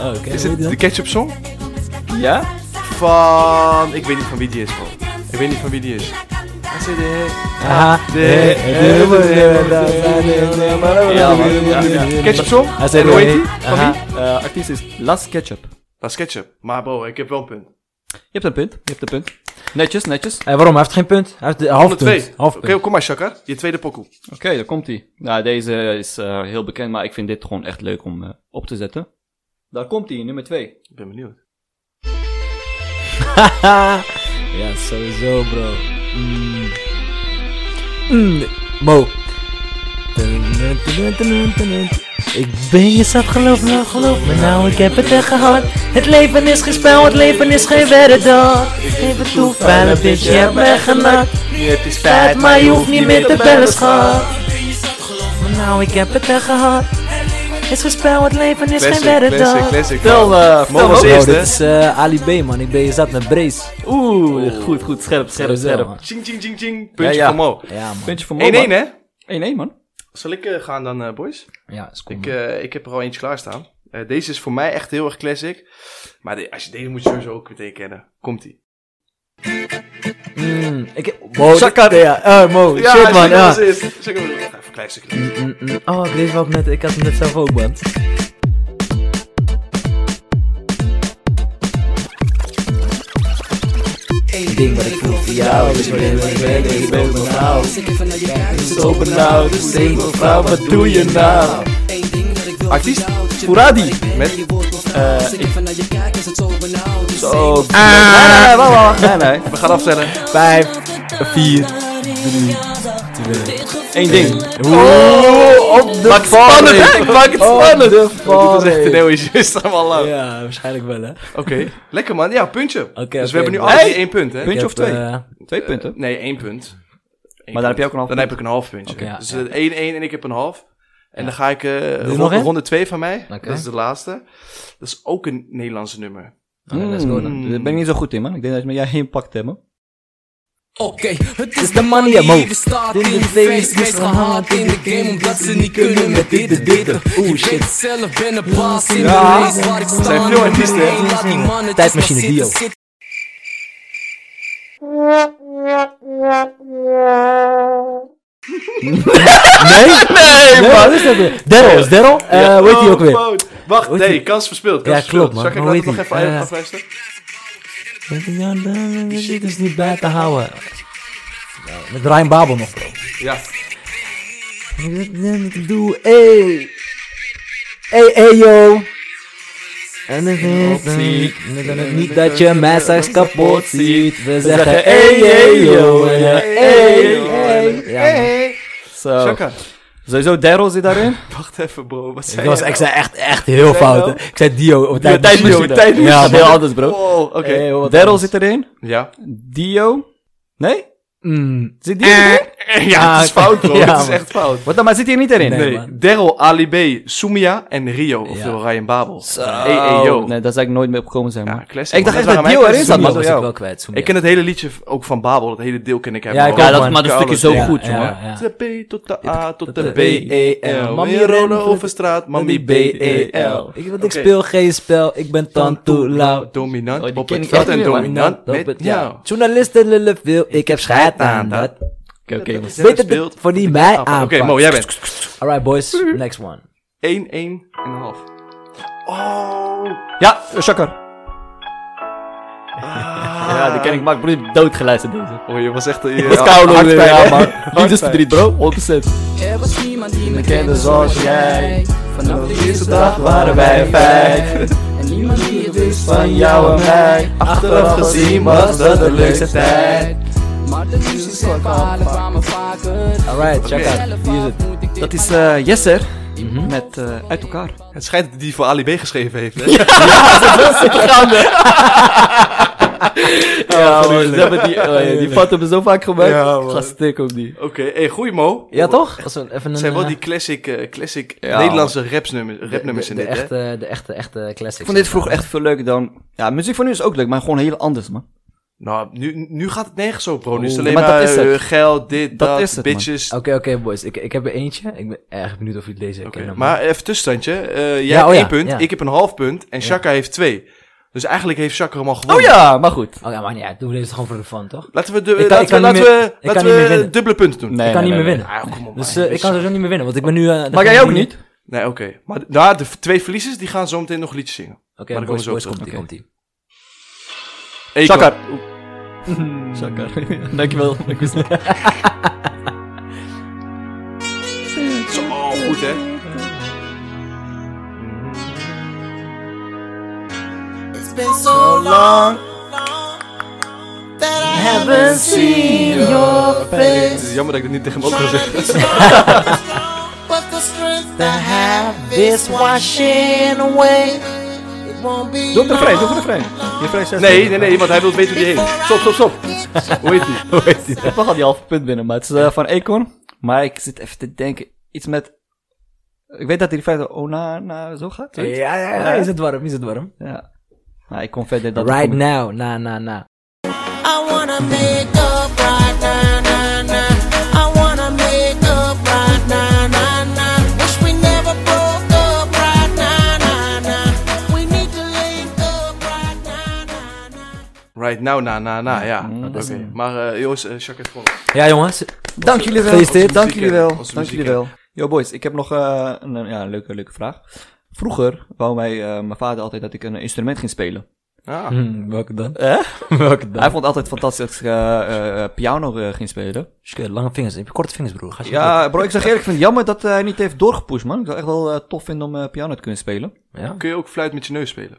Oh, Oké, Is dit de Ketchup Song? Ja? Van... Ik weet niet van wie die is, man. Ik weet niet van wie die is. Ja, man. Ja, ja. Ketchup Song? Hij zei En hoe heet die? Aha. Eh, artiest is Las Ketchup. Dat is Ketchup. Maar bro, ik heb wel een punt. Je hebt een punt. Je hebt een punt. Netjes, netjes. Hé, Eh, waarom? Hij heeft geen punt. Hij heeft een half punt. 102. Half Oké, punt. kom maar, Shaka. Je tweede pokoe. Oké, daar komt hij. Nou, deze is eh, heel bekend, maar ik vind dit gewoon echt leuk om eh, op te zetten. Daar komt hij, nummer 2. Ik ben benieuwd. Ja, sowieso, bro. Mm. Mm, Mo. Ik ben je zat, geloof me, geloof me nou, ik heb het echt gehad. Het leven is geen spel, het leven is geen weddendag. Geef het toe, vuile bitch, je hebt me genakt. Het is Tijd, maar je hoeft niet meer te bellen, schat. Geloof me nou, ik heb het echt gehad. Het is geen spel, het leven is geen classic, weddendag. classic. Stel, eh, Mo vertel was hem ook. Bro, eerste. dit is eh, Ali B, man. Ik ben je zat met Brace. Oeh, goed, goed. Scherp, scherp, Sowieso, scherp. man. Ching, ching, ching, ching. Puntje ja. van Mo. 1-1, Ja, man. Puntje voor Mo. man. hè? 1-1, man. Zal ik eh, gaan dan, eh, boys? Ja, is cool, Ik, man. eh, ik heb er al eentje klaarstaan. Eh deze is voor mij echt heel erg classic. Maar de- als je deze moet je sowieso ook meteen kennen. Komt-ie. Mm, ik heb... Wow, Zakkar. dit- Ja, eh, Mo. shit, man. Ja. Zeg maar, even een klein stukje. Mm, mm. Oh, ik lees wel net... Ik had hem net zelf ook, man. Eén ding wat ik voel voor jou is waarin ik ben, ik ben benauwd. Zo benauwd, single vrouw, wat doe je nou? Artiest? Furadi. Met? Zo. Nee, nee, wacht, wacht, wacht. Nee, nee. We gaan aftellen. Vijf, vier, Eén ding. Oh, op de Maak spannend, hè? Maak het spannend. de Dat is echt een valreep. heel is allemaal lang. Ja, waarschijnlijk wel, hè? Oké. Lekker man. Ja, puntje. dus oké, we hebben nu bro. alle Hey! drie één punt, hè? Puntje Ik of heb, twee? eh, Twee punten. Nee, één punt. Eén Maar dan heb je ook een half Dan punt. heb ik een half puntje. Oké, ja, dus ja. eh, 1-1 en ik heb een half. En dan ga ik eh nog ronde- één? ronde 2 van mij. Oké. Dat is de laatste. Dat is ook een Nederlandse nummer. Oké, let's go dan. Mm, Daar ben ik niet zo goed in, man. Ik denk dat je me jij heen pakt hebt, man. Oké, het is is de de manier, mania, Mo. mo. De staat in de feest, meest gehaald in de game, omdat ze niet kunnen met dit en dit. Oeh shit. Zelf ben een baas in de Ah. Ja. race waar ik sta. Zijn veel artiesten, hè? Eh, Nee, laat die mannetjes Tijdmachine maar zitten, Dio. zitten. Nee? Nee, wat is dat weer? Daryl, is Daryl? Eh, hoe heet Oh, die ook weer? Fout. Wacht, Hoe heet nee, die? kans verspeeld. Kans Ja, verspeeld. klopt, man. Zal ik Hoe laat ik heet nog even die? uit- Eh. afluisteren? Die shit is niet bij te houden. Nou, Met Ryan Babel nog, bro. Ja. Ik doe, ey. Ey, ey, yo. En eh, het is niet- niet dat je mij straks kapot ziet. We zeggen, ey, ey, yo. En eh, ey, ey. Ja, man. Zo. Shaka. Sowieso Daryl zit daarin. Wacht even, bro. Wat zei Ik, was, jij ik zei echt, echt heel fout. hè. Ik zei Dio op tijd. Tijdmachine. Ja, Ja, heel man. anders, bro. nou? Oh, oké. Eh, wat Daryl anders. zit erin. Ja. Dio. Nee? Mm. Zit die erin? Eh. Ja, het is fout bro. Ah, Ja, het is man. echt fout. Wat dan? Maar zit hier niet erin? Nee, Nee, man. Daryl, Ali B, Soumia en Rio, oftewel Ryan Babel. Oh. Hey, hey, yo. Nee, daar zou ik nooit mee opgekomen zijn, man. Ja, classic, ik dacht man. echt Dat dat waren Dio mijn erin zat, Zoemia Zoemia man. was was ik ik wel wel kwijt. Ik ken het hele liedje v- ook van Babel, dat hele deel ken ik Ja, helemaal. ik ook, Ja, dat, maar dat stukje is zo Ja, goed, ja, jongen. ja. Tot de P tot de A tot de tot B, de E, L. Mami rollen over straat, mami B, E, L. Ik, want ik speel geen spel, ik ben tantoe lauw. Dominant die op ken het ik veld echt en niet meer, man. dominant met jou. Journalisten lullen veel, ik heb scheid aan dat. Oké, oké. jongens. Weet het speelt niet voor die mij Oké, aanpakt. Mo, jij bent. Alright boys, next one. 1, 1 en een half. Oh. Ja, Shakker. Ja, die ken ik, maar ik broer doodgeluisterd deze. Oh, je was echt... Je Dat is koude hoor, ja man. Liefdesverdriet bro, 100%. Er was niemand die me kende zoals jij. Vanaf de eerste dag waren wij een feit. En niemand die het wist Van jou en mij, achteraf gezien was dat de leukste tijd. Maar de liefdes en verhalen kwamen vaker. Alright, check out. Hier is het. Dat is eh Jesser met eh, Uit elkaar. Het schijnt dat die voor Ali B geschreven heeft. hè? Ja, man, ze hebben die, oh ja, die fout hebben ze zo vaak gemaakt. Ja, Ga stuk op die. Oké, hey, goeie Mo. Ja toch? Als een, even een, Het zijn wel eh, die classic, eh, classic Ja, Nederlandse rapsnummers, de, rapnummers de, in de dit, hè? echte, de echte, echte classics. Ik vond dit vroeger echt veel leuker dan... Ja, muziek van nu is ook leuk, maar gewoon heel anders, man. Nou, nu, nu gaat het nergens zo, bro. Nu is het Oeh. alleen Ja, maar maar, dat is eh, het. geld, dit, dat, Dat is het, man. bitches. Oké, oké boys, ik, ik heb er eentje. Ik ben erg benieuwd of jullie deze Oké, kennen. man. Maar even tussenstandje. Eh, jij Ja, hebt oh één ja, punt, ja. ik heb een half punt en Shaka heeft twee. Dus eigenlijk heeft Shaka hem al gewonnen. Oh ja, maar goed. Oh ja, maar ja, doen we deze gewoon voor de fun, toch? Laten we, de, kan- laten ik kan we, niet laten meer- we, ik kan laten niet meer we winnen. dubbele punten doen. ik kan niet meer winnen. Ah, kom op, Dus man. eh, ik kan sowieso niet meer winnen, want ik ben nu... eh, Maar jij ook niet? Nee, oké. Maar nou, de v- twee verliezers die gaan zo meteen nog liedjes zingen. Oké, Maar daar boys, komen we boys, zo op komt-ie, terug. komt-ie. Hey, Shaka. kom. Zakker. Dankjewel. Ik wist het. Zo, oh, goed hè. It's been so long that I haven't seen your Het face. is jammer dat ik dit niet tegen hem ook kan zeggen. But the strength I have is washing away. It won't be Doe het refrein, doe long het refrein. Je refrein zegt- Nee, nee, nee, want hij wil weten hoe die heet. Stop, stop, stop. Hoe heet die? Hoe heet die? Ik mag al die halve punt binnen, maar het is eh, van Acorn. Maar ik zit even te denken. Iets met... Ik weet dat die refrein oh, na, na, zo gaat. zoiets. Ja, ja, ja, is het warm, is het warm. Ja. Nou, ik kom verder dan... Right now, na, na, na. I wanna make up right now, nah, nah. I wanna make up right now, nah, nah. Wish we never broke up right now, nah, nah. We need to link up right now, nah, nah. Right now, na, na, na, ja. Mm, Oké, dus- maar eh, jongens, eh, Shaka heeft gewonnen. Ja, jongens. Dank jullie wel. Gefeliciteerd. Dank jullie wel. Onze Dank jullie wel. muziekkenner. Yo boys, ik heb nog eh, een, een- ja, een leuke, leuke vraag. Vroeger wou mij, eh, mijn vader altijd dat ik een instrument ging spelen. Ah. Hm, welke dan? Eh? welke dan? Hij vond altijd fantastisch dat ik eh, eh, piano eh, ging spelen. Shit, lange vingers. Heb je korte vingers, broer? Ga je Ja, bro, ik zeg eerlijk, ik vind het jammer dat hij niet heeft doorgepusht, man. Ik zou echt wel eh, tof vinden om eh, piano te kunnen spelen. ja? Kun je ook fluit met je neus spelen?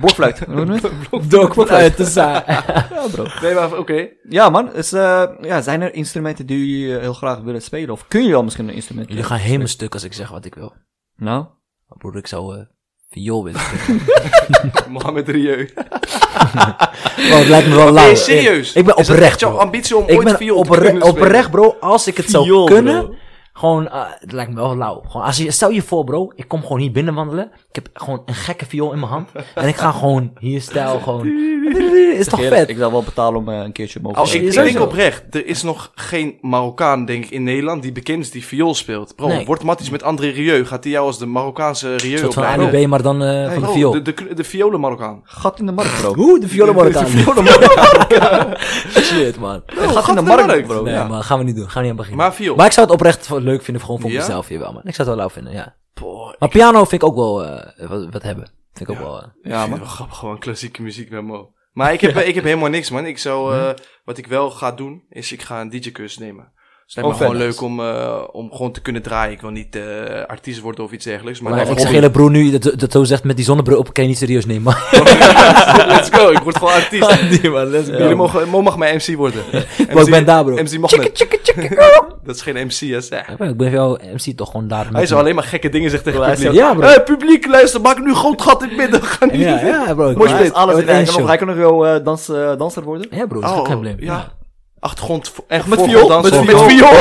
Boorfluit. Hoe noem je het? Dook uit de zaai. ja, bro. Nee, maar oké. Ja, man. Dus, eh, ja, zijn er instrumenten die jullie eh, heel graag willen spelen? Of kun je wel misschien een instrument Jullie gaan helemaal stuk als ik zeg wat ik wil. Nou? Maar broer, ik zou eh viool willen spelen. Mohamed Rieu. Want het lijkt me wel lauw. Nee, serieus. Ik ben Is dat oprecht, echt jouw bro. ambitie om Ik ooit ben viool te opre kunnen spelen? oprecht, bro. Als ik het Viool, zou bro. kunnen, gewoon, eh, het lijkt me wel lauw. Gewoon, als je, stel je voor, bro, ik kom gewoon hier binnenwandelen. Ik heb gewoon een gekke viool in mijn hand. En ik ga gewoon hier stijl gewoon. Is toch Eerlijk, Ik vet? zou wel betalen om eh, een keertje mogen Als ik, spelen. ik Sowieso. denk oprecht, er is nog geen Marokkaan, denk ik, in Nederland die bekend is die viool speelt. Bro, Nee. wordt Matties met André Rieu, gaat hij jou als de Marokkaanse Een Rieu soort van opleiden? Ali B, maar dan eh, van de Bro, viool. De, de, de violen Marokkaan. Gat in de markt, bro. Hoe? De violen worden De aan. violen Marokkaan. Shit, man. Gat in de markt, markt, bro. bro. Nee, Ja. maar gaan we niet doen. Gaan we niet aan beginnen. Maar viool. Maar ik zou het oprecht voor- leuk vinden, gewoon voor Ja? mezelf hier wel. Man. Ik zou het wel lauw vinden, ja. Maar piano vind ik ook wel eh, wat, wat hebben. Vind ik ook wel... eh, Ja, man. Grappig, gewoon klassieke muziek met Mo. Maar ik heb, ik heb helemaal niks, man. Ik Hm. zou, eh, wat ik wel ga doen, is ik ga een DJ-cursus nemen. Dus het lijkt Oh, me gewoon vet. leuk om, eh, om gewoon te kunnen draaien. Ik wil niet eh, artiest worden of iets dergelijks. Maar, Maar dat ik is zeg een hobby. hele broer nu, dat, dat zo zegt met die zonnebril op, kan je niet serieus nemen. Maar Let's go, ik word gewoon artiest. nee, man, let's go. Jullie mogen, Mo mag mijn MC worden. Bro, ik ben daar, bro. MC mag Tjikke, het. tjikke, tjikke. Dat is geen MC, hè. zeg. Ja, Ik ben jouw MC toch gewoon daar. Hij met zou alleen maar gekke dingen zeggen tegen het hem. publiek. Ja, bro. Hey, publiek, luister, maak nu een groot gat in het midden. Ga niet Ja, ja, bro. ik- Mooi maar- split, alles in één één. Hij show. kan nog jouw eh, dans, eh, danser worden. Ja, bro, dat is geen probleem. Oh, Ja. achtergrond vo- en Met voorgrond viool, met dansen. viool.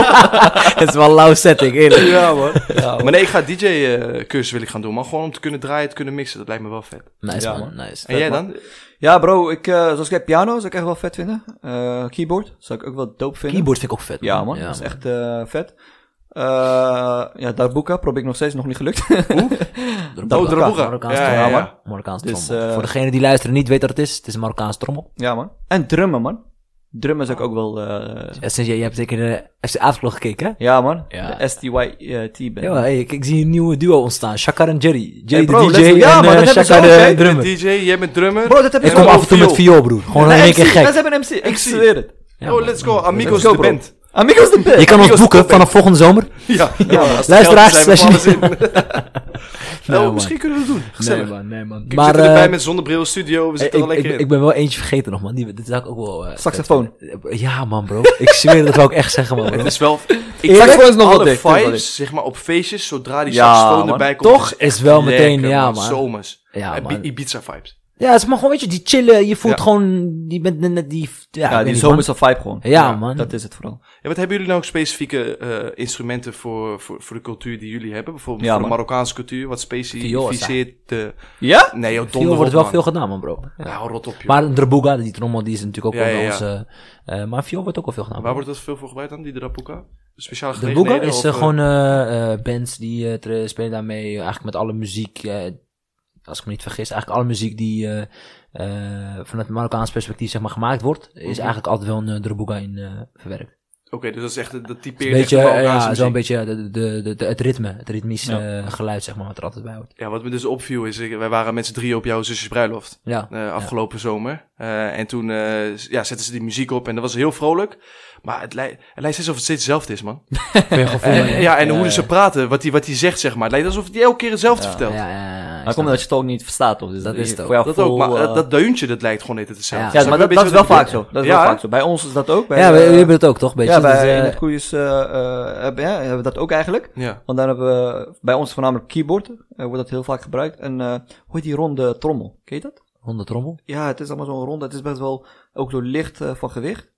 Het is wel een lauw setting, eerlijk. Ja, man. Oh. Maar nee, ik ga DJ-cursus wil ik gaan doen, man. Gewoon om te kunnen draaien, te kunnen mixen. Dat lijkt me wel vet. Nice, Ja, man. Nice. En jij man. dan? Ja, bro, ik, eh, zoals ik heb piano, zou ik echt wel vet vinden. Eh, keyboard, zou ik ook wel dope vinden. Keyboard vind ik ook vet. Ja, man, dat is echt eh, vet. Eh ja, Darbuka probeer ik nog steeds, nog niet gelukt. Darbuka. Oh, Darbuka. Marokkaans Ja, trommel. ja, ja. Marokkaans Dus, trommel. eh, Voor degene die luisteren en niet weet wat het is, het is een Marokkaans trommel. ja, man. En drummen, man. Drummen zou ik ook wel... eh, Eh, Sinds jij, jij hebt zeker eh, de FC Aafklok gekeken, hè? ja, man. Ja. De STYT eh, band. Ja, hey, ik, ik zie een nieuwe duo ontstaan. Shakar en Jerry. Jerry Hey, bro, de DJ let's go. Ja, en man, eh, dat hebben ze Shakar ook, de hè? De drummer. DJ, jij bent drummer. Bro, dat heb Ik je kom ook af en toe met viool. viool, broer. Gewoon Nee, in één keer MC, gek. Mensen hebben een MC, ik zie. zweer het. Ja, oh, man. let's go. Amigos Let's go, de bro. band. Amigos de band. Je kan ons boeken vanaf volgende zomer. Ja, Luisteraars, slash- Nou, man. misschien kunnen we het doen. Gezellig. man, nee, man. Kijk, we Maar zitten erbij eh, met zonnebril, studio, we ik, zitten er ik, lekker ik in. ben wel eentje vergeten nog, man. Die, dit zou ik ook wel... eh, Saxofoon. Ja, man, bro. Ik zweer dat wou ik echt zeggen, man. Het is wel... Ik Eerlijk? trek is nog wel alle dik, toch wel dik. vibes, zeg maar, op feestjes, zodra die Ja, saxofoon man. erbij komt. Toch is echt is wel meteen, lekker, ja, man. man. Zomers. Ja, En Bi- man. Ibiza vibes. Ja, het is maar gewoon, weet je, die chillen. Je voelt Ja. gewoon... Je bent net net die... Ja, Ja, ik weet die niet, zomerse vibe gewoon. man. Ja, man. Dat is het vooral. En wat hebben jullie nou ook specifieke eh, instrumenten voor, voor, voor de cultuur die jullie hebben? Bijvoorbeeld Ja, voor man. de Marokkaanse cultuur, wat specificeert de... Ja? Nee, joh, Viool donder wordt op, wel man. veel gedaan, man, bro. Ja, hou rot op, joh. Maar een Drabuga, die trommel, die is natuurlijk ook Ja, wel bij ja, ja. ons. eh, eh, maar viool wordt ook wel veel gedaan. Waar wordt dat veel voor gebruikt dan, die drapuka? Speciale de Boega gelegenheden? is of, eh, eh, gewoon eh, eh, bands die eh, tre- spelen daarmee. eh, Eigenlijk met alle muziek, eh, als ik me niet vergis, eigenlijk alle muziek die eh, eh, vanuit Marokkaans perspectief zeg maar, gemaakt wordt, is eigenlijk altijd wel een uh, in eh, verwerkt. Oké, dus dat is echt, dat typeert Een beetje, echt de eh, Marokkaanse ja, zo'n muziek. beetje de, de, de, de- het ritme, het ritmische eh, geluid zeg maar, wat er altijd bij hoort. Ja, wat me dus opviel is, ik- wij waren met z'n drieën op jouw zusjes bruiloft. Ja. eh, afgelopen zomer. Eh, en toen eh, s- ja, zetten ze die muziek op en dat was heel vrolijk. Maar het, lijkt het lijkt steeds alsof het steeds hetzelfde is, man. Eh, ja, en hoe ze praten, wat hij wat die zegt, zeg maar. Het lijkt alsof hij elke keer hetzelfde vertelt. ja, ja, ja, ja, Maar ik snap komt het. omdat je het ook niet verstaat, toch? Dus Dat is het ook. Voor jou Dat ook, maar vol, eh, dat, dat deuntje, dat lijkt gewoon net hetzelfde. Ja, Ja, Snap maar je dat, een dat is beetje wel wat vaak ik zo. Dat is Ja, wel hè? vaak zo. Bij ons is dat ook. Bij, ja, we, eh, we hebben het ook toch? Beetje, ja, dat is, bij eh, In het Goeie is, eh, eh, hebben, ja, hebben we dat ook eigenlijk. bedoel? Ja. Want dan hebben we bij ons voornamelijk keyboard. eh, wordt dat heel vaak gebruikt. En eh, hoe heet die ronde trommel? Ken je dat? honden trommel. Ja, het is allemaal zo'n ronde. Het is best wel ook zo licht eh, van gewicht.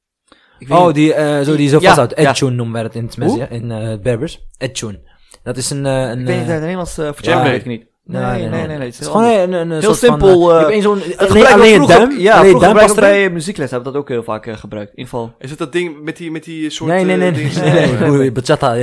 Ik weet Oh, niet- die, eh zo, die zo Ja, vasthoudt. ja. Edtune noemen wij dat in het mensen, ja, in eh, het Berbers. Edtune. Dat is een... eh, een Ik weet niet, eh, de Nederlands uh, Djembe. weet ik niet. Nee, nee, nee. nee, Het is heel gewoon anders. een, een, een Heel soort Van, eh, simpel, je eh, hebt één zo'n... Het Alleen, gebruiken we alleen het vroeger- duim? Ja, alleen het vroeger duim past gebruiken we erin? bij muziekles hebben we dat ook heel vaak eh, gebruikt. In ieder geval. Is het dat ding met die, met die soort... Nee, nee, nee. eh, nee, ding- nee, nee, broer, Bachata.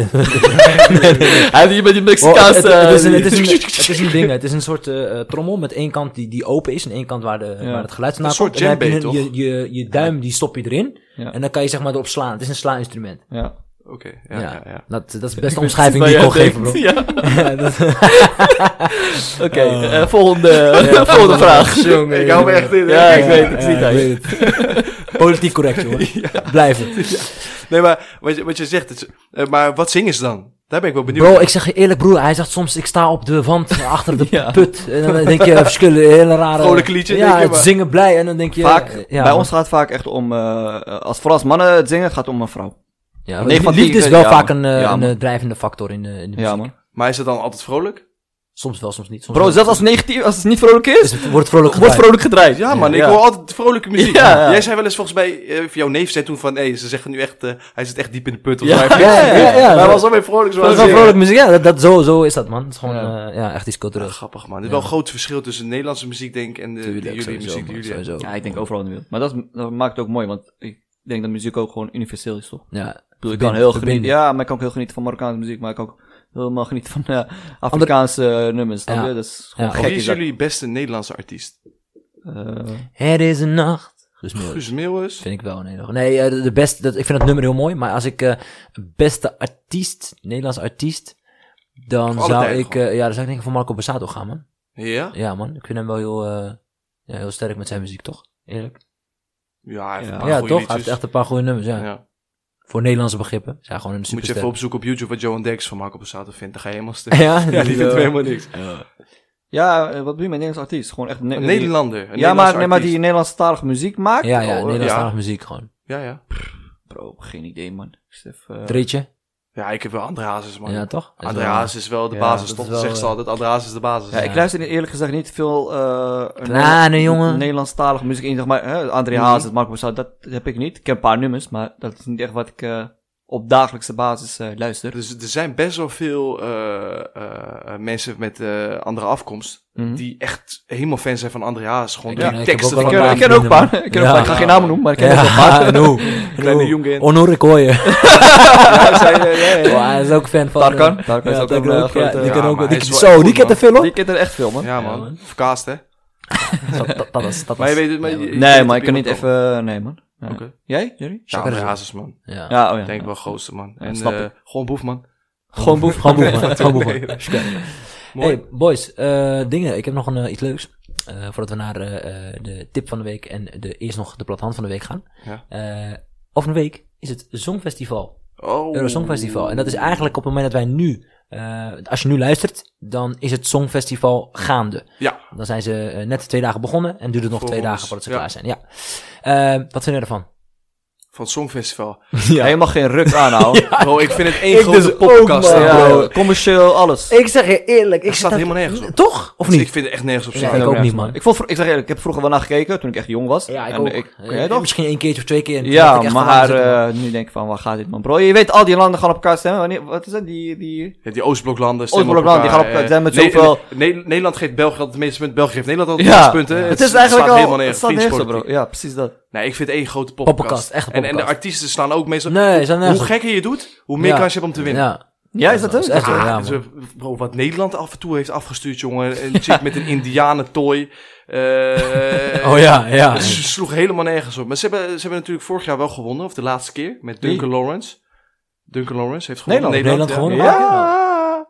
Hij heeft hier met die eh, Oh, het, het is een, het, is een, het is een ding, het is een soort eh, eh, trommel met één kant die, die open is en één kant waar, de, Ja. waar het geluid vandaan Een soort komt. En dan heb je djembe, een- Je, je, je duim die stop je erin Ja. en dan kan je zeg maar erop slaan. Het is een sla-instrument. Ja. Oké, ja, ja, ja. Dat, dat is best een omschrijving die ik kon geven, bro. Ja. dat- Oké, eh, volgende, volgende vraag. Ik hou me echt in. hè. Ja, ik weet het, ik zie Ja, het uit. ik weet het. Politiek correct, jongen. Blijf het. Nee, maar wat je, wat je zegt, het is- eh, maar wat zingen ze dan? Daar ben ik wel benieuwd. Bro, ik zeg je eerlijk, broer. Hij zegt soms, ik sta op de wand achter de Ja. put. En dan denk je, verschillen, hele rare... Vrolijk liedje, Ja, denk je, het maar- zingen blij. En dan denk je... Vaak, ja, bij man. ons gaat het vaak echt om, eh, als vooral als mannen het zingen, gaat het om een vrouw. Ja, Nee, van die- liefde is wel ja, vaak man. een, eh, Ja, een man. eh, drijvende factor in de, in de muziek. Ja, man. Maar is het dan altijd vrolijk? Soms wel, soms niet. Soms Bro, wel. zelfs als, negatief, als het niet vrolijk is, Dus het wordt vrolijk wordt gedraaid. vrolijk gedraaid. Ja, man, ik hoor altijd vrolijke muziek. Ja, ja. Jij zei wel eens volgens mij, eh, jouw neef zei toen van, hé, ze zeggen nu echt, eh, hij zit echt diep in de put. Of Ja. zo. Hij- Ja, ja, ja. ja. Maar hij was alweer vrolijk zoals Dat is wel vrolijk muziek. Ja, dat, dat, zo, zo is dat, man. Het is gewoon Ja. eh, ja, echt iets cultureels. Ah, Grappig, man. Er is wel een groot verschil tussen Nederlandse muziek, denk ik, en de, die jullie muziek die jullie hebben. Ja, ik denk overal in de wereld. Maar dat, is- dat maakt het ook mooi, want ik denk dat muziek ook gewoon universeel is, toch? Ik Ja, bedoel, ik kan heel genieten, ja, maar ik kan ook heel genieten van Marokkaanse muziek, maar ik kan ook helemaal genieten van eh, Afrikaanse eh, nummers, snap Ja. je? Dat is gewoon Ja. gek. Wie is is dat. jullie beste Nederlandse artiest? Eh, Het is een nacht. Dus Gesmeerd. Guus Meeuwis? Vind ik wel, nee. nog- Nee, eh, de- de beste, dat, ik vind dat nummer heel mooi, maar als ik eh, beste artiest, Nederlands artiest, dan Alle zou tijden ik, eh, ja, dan zou ik denk ik voor Marco Borsato gaan, man. Ja? Ja, man. Ik vind hem wel heel, eh, ja, heel sterk met zijn muziek, toch? Eerlijk. Ja, hij heeft een Ja. paar ja, goede toch? Hij heeft liedjes. echt een paar goede nummers, ja. Ja. Voor Nederlandse begrippen. Zijn gewoon een Moet je superster. even opzoeken op YouTube wat Johan Derks van Marco Borsato vindt. Dan ga je helemaal stuk. Ja, eh, Ja, die vindt Ja. helemaal niks. ja, eh, wat bedoel je met Nederlands artiest? Gewoon echt... Ne- Een Nederlander. Een Ja, maar, Nederlandse nee, maar artiest. die Nederlandstalige muziek maakt. ja, ja, Oh, Nederlandstalige ja. muziek gewoon. Ja, ja. Bro, geen idee, man. Ik zit even, eh, Dreetje. Ja, ik heb wel André Hazes, man. Ja, toch? Dat is André wel- Hazes is wel de Ja, basis, dat toch? is Dat wel, zegt ze eh, altijd. André Hazes is de basis. Ja, ik luister eerlijk gezegd niet veel... eh Kleine jongen. Nederlandstalig muziek in, zeg maar. hè, André Mhm. Hazes, Marco Borsato, dat, dat heb ik niet. Ik ken een paar nummers, maar dat is niet echt wat ik eh, op dagelijkse basis eh, luister. Dus er zijn best wel veel eh, eh, mensen met eh, andere afkomst Mhm. die echt helemaal fan zijn van André Hazes. Gewoon Ik die ken- ik heb teksten ook ik, van wel ken, een ik ken ook een paar. Ik, ken Ja. ook een paar. ik ga geen namen noemen, maar ik ken ook een paar. Ja, nou. no. Kleine jongen. Onor ik hoor je. Ja, zij, eh, ja, ja, ja. Oh, hij is ook fan van... Tarkan. eh, Tarkan is ja, ook een, eh, ja, grote- die Ja, kan ook... maar die- hij is wel Zo, goed, die kent er man. veel Die op. kent er echt veel, man. Ja, Ja, man. man. Verkaast, hè? Dat- dat- Dat is... dat Maar je is- weet het, maar ja, je- man. Nee, weet maar op ik kan niet iemand even... eh, Nee, man. Nee. Oké. Jij, Jerry? Ja, André Hazes, man. Ja. Ja, oh ja. Ik denk wel grootste, man. En snap eh, gewoon boef, man. Gewoon boef. Gewoon boeven, man. Gewoon boeven. Nee. Is oké. Mooi. Hey, boys, eh, dingen. Ik heb nog een, eh, iets leuks. Eh, voordat we naar eh, eh, de tip van de week en de, eerst nog de plathand van de week gaan. Ja. Eh, over een week is het Songfestival. Oh. Euro Songfestival. En dat is eigenlijk op het moment dat wij nu, eh, als je nu luistert, dan is het Songfestival gaande. Ja. Dan zijn ze eh, net twee dagen begonnen en duurt het nog Voor twee ons, dagen voordat ze ja. klaar zijn. Ja. Eh, wat vind je ervan? Van het Songfestival. Ja. Helemaal geen ruk aanhouden. Bro, ik vind het één Ik grote dus ook, poppenkast. man. hè, Ja, bro. joh, commercieel, alles. Ik zeg je eerlijk, ik Het staat zat- helemaal nergens op. Toch? Of Dus ik niet? vind het echt nergens op Ja, zich. ik ook niet, man. Ik, vond, vro- ik zeg eerlijk, ik heb vroeger wel naar gekeken toen ik echt jong was. Ja, ik En ook. Ik, Eh, ja, toch? Misschien één keertje of twee keer. Toen dacht Ja, ik echt van, waar maar zit het nou? eh, nu denk ik van, waar gaat dit man? Bro, je weet, al die landen gaan op elkaar stemmen. Wanneer, wat is dat? Die, die... Ja, die Oostbloklanden. stemmen op Oostbloklanden, die elkaar, gaan op- eh, zijn met Ne- zoveel- Ne- Ne- Nederland geeft België altijd de meeste punten. België geeft Nederland altijd de Ja, meeste punten. het is eigenlijk slaat al, helemaal het nergens. staat nergens op, Vriendsport- bro. Ja, precies dat. Nee, ik vind het één grote poppenkast. Poppenkast, echt een En, en de poppenkast. artiesten staan ook meestal... Nee, ze zijn nergens hoe op. gekker je het doet, hoe meer Ja. kans je hebt om te winnen. Ja, Ja, is dat dat is zo? echt wel, Ah, ja, dus, man. eh, bro, wat Nederland af en toe heeft afgestuurd, jongen. Een chick met een indianentooi. Eh Oh ja, ja. Het s- sloeg helemaal nergens op. Maar ze hebben, ze hebben natuurlijk vorig jaar wel gewonnen, of de laatste keer, met Duncan Lawrence. Duncan Lawrence heeft gewonnen. Nederland. Nederland ja. gewonnen? Ja.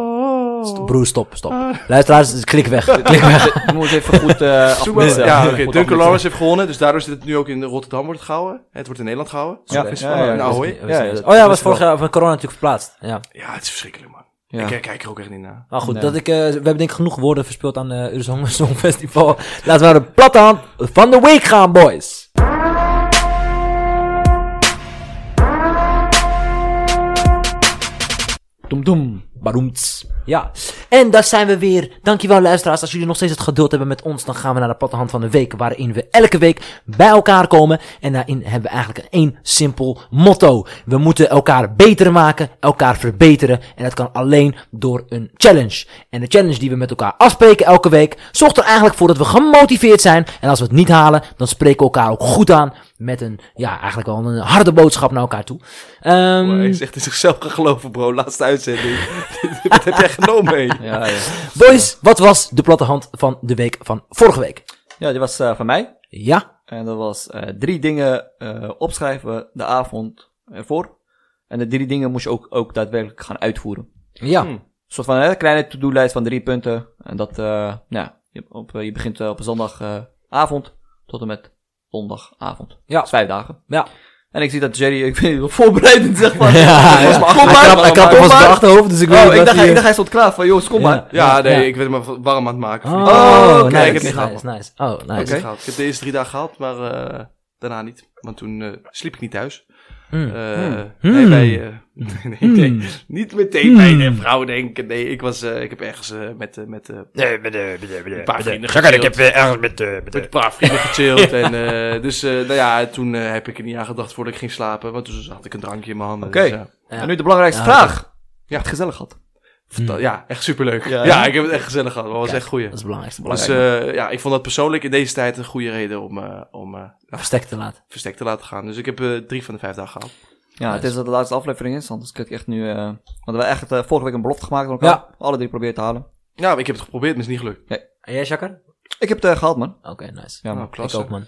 Oh. Stop, Broer, stop, stop. Ah. Luisteraars, klik weg. Klik weg. Je moet het even goed eh Zoek maar- afmissen. Ja, Goed oké. Duncan afmissen. Lawrence heeft gewonnen, dus daardoor zit het nu ook in Rotterdam wordt het gehouden. Het wordt in Nederland gehouden. Ja, Zo'n festival ja, ja, in dat Ahoy. is- ja, ja, dat- Oh ja, dat was is wel- vorig jaar van corona natuurlijk verplaatst. Ja. Ja, het is verschrikkelijk, man. Ja. Ik eh, kijk er ook echt niet naar. Maar goed, Nee. dat ik, eh, we hebben denk ik genoeg woorden verspeeld aan eh Eurozone Songfestival. Laten we naar de platte hand van de week gaan, boys. Doem doem. Baroemts. Ja. En daar zijn we weer. Dankjewel luisteraars. Als jullie nog steeds het geduld hebben met ons, dan gaan we naar de platte hand van de week. Waarin we elke week bij elkaar komen. En daarin hebben we eigenlijk één simpel motto. We moeten elkaar beter maken, elkaar verbeteren. En dat kan alleen door een challenge. En de challenge die we met elkaar afspreken elke week, zorgt er eigenlijk voor dat we gemotiveerd zijn. En als we het niet halen, dan spreken we elkaar ook goed aan. Met een, ja, eigenlijk wel een harde boodschap naar elkaar toe. Ehm, Maar Hij is echt in zichzelf geloven, bro. Laatste uitzending. Wat heb jij genomen, hé? Ja, ja. Boys, wat was de platte hand van de week van vorige week? ja, die was eh, van mij. Ja, En dat was eh, drie dingen eh, opschrijven de avond ervoor. En de drie dingen moest je ook, ook daadwerkelijk gaan uitvoeren. ja, Een soort van een kleine to-do-lijst van drie punten. En dat, eh nou, ja, je, op, eh, je begint eh, op een zondagavond tot en met donderdagavond. Ja. Dat is vijf dagen. ja. En ik zie dat Jerry, ik weet niet, voorbereidend zeg ja, maar. ja. Kom maar, Hij kom krabde maar, op ons kom maar. achterhoofd, dus ik weet Oh, niet ik wat dacht, hij- ik dacht hij stond klaar van, jongens, kom Ja. maar. Ja, nee, Ja. ik werd me warm aan het maken. Oh, Oh, oké, nice, ik heb het nice, gehaald. nice, nice. Oh, nice. Ik heb het gehaald. Ik heb de eerste drie dagen gehaald, maar eh, daarna niet. Want toen eh, sliep ik niet thuis. Mm. Eh, Hmm. Nee, Hmm. bij, eh, nee, nee, Hmm. niet meteen bij de vrouw denken. Nee, ik, was, eh, ik heb ergens eh, met, eh, met eh, een paar vrienden gechilld. Ik heb eh, ergens met, met een paar vrienden gechilled. en, eh, dus eh, nou ja, toen eh, heb ik er niet aan gedacht voordat ik ging slapen. Want toen had ik een drankje in mijn handen. Oké. Dus, ja. Ja. En nu de belangrijkste Ja, vraag. Ja. Het gezellig had. Vertel- ja, echt superleuk. Ja, Ja, ja. ik heb het echt gezellig gehad. Dat was Kijk, echt goeie. Dat is het belangrijkste. Dus belangrijk. eh, ja, ik vond dat persoonlijk in deze tijd een goede reden om, eh, om eh, nou, Verstek te laten. verstek te laten gaan. Dus ik heb eh, drie van de vijf dagen gehaald. Ja, het is dat de laatste aflevering is, anders kan ik echt nu... eh want we hebben echt eh, vorige week een belofte gemaakt aan elkaar. Alle drie proberen te halen. Ja, ik heb het geprobeerd, maar het is niet gelukt. En jij, Shakker? Ik heb het eh, gehaald, man. Oké, nice. Ja, Nou, man. ik klasse. ook, man.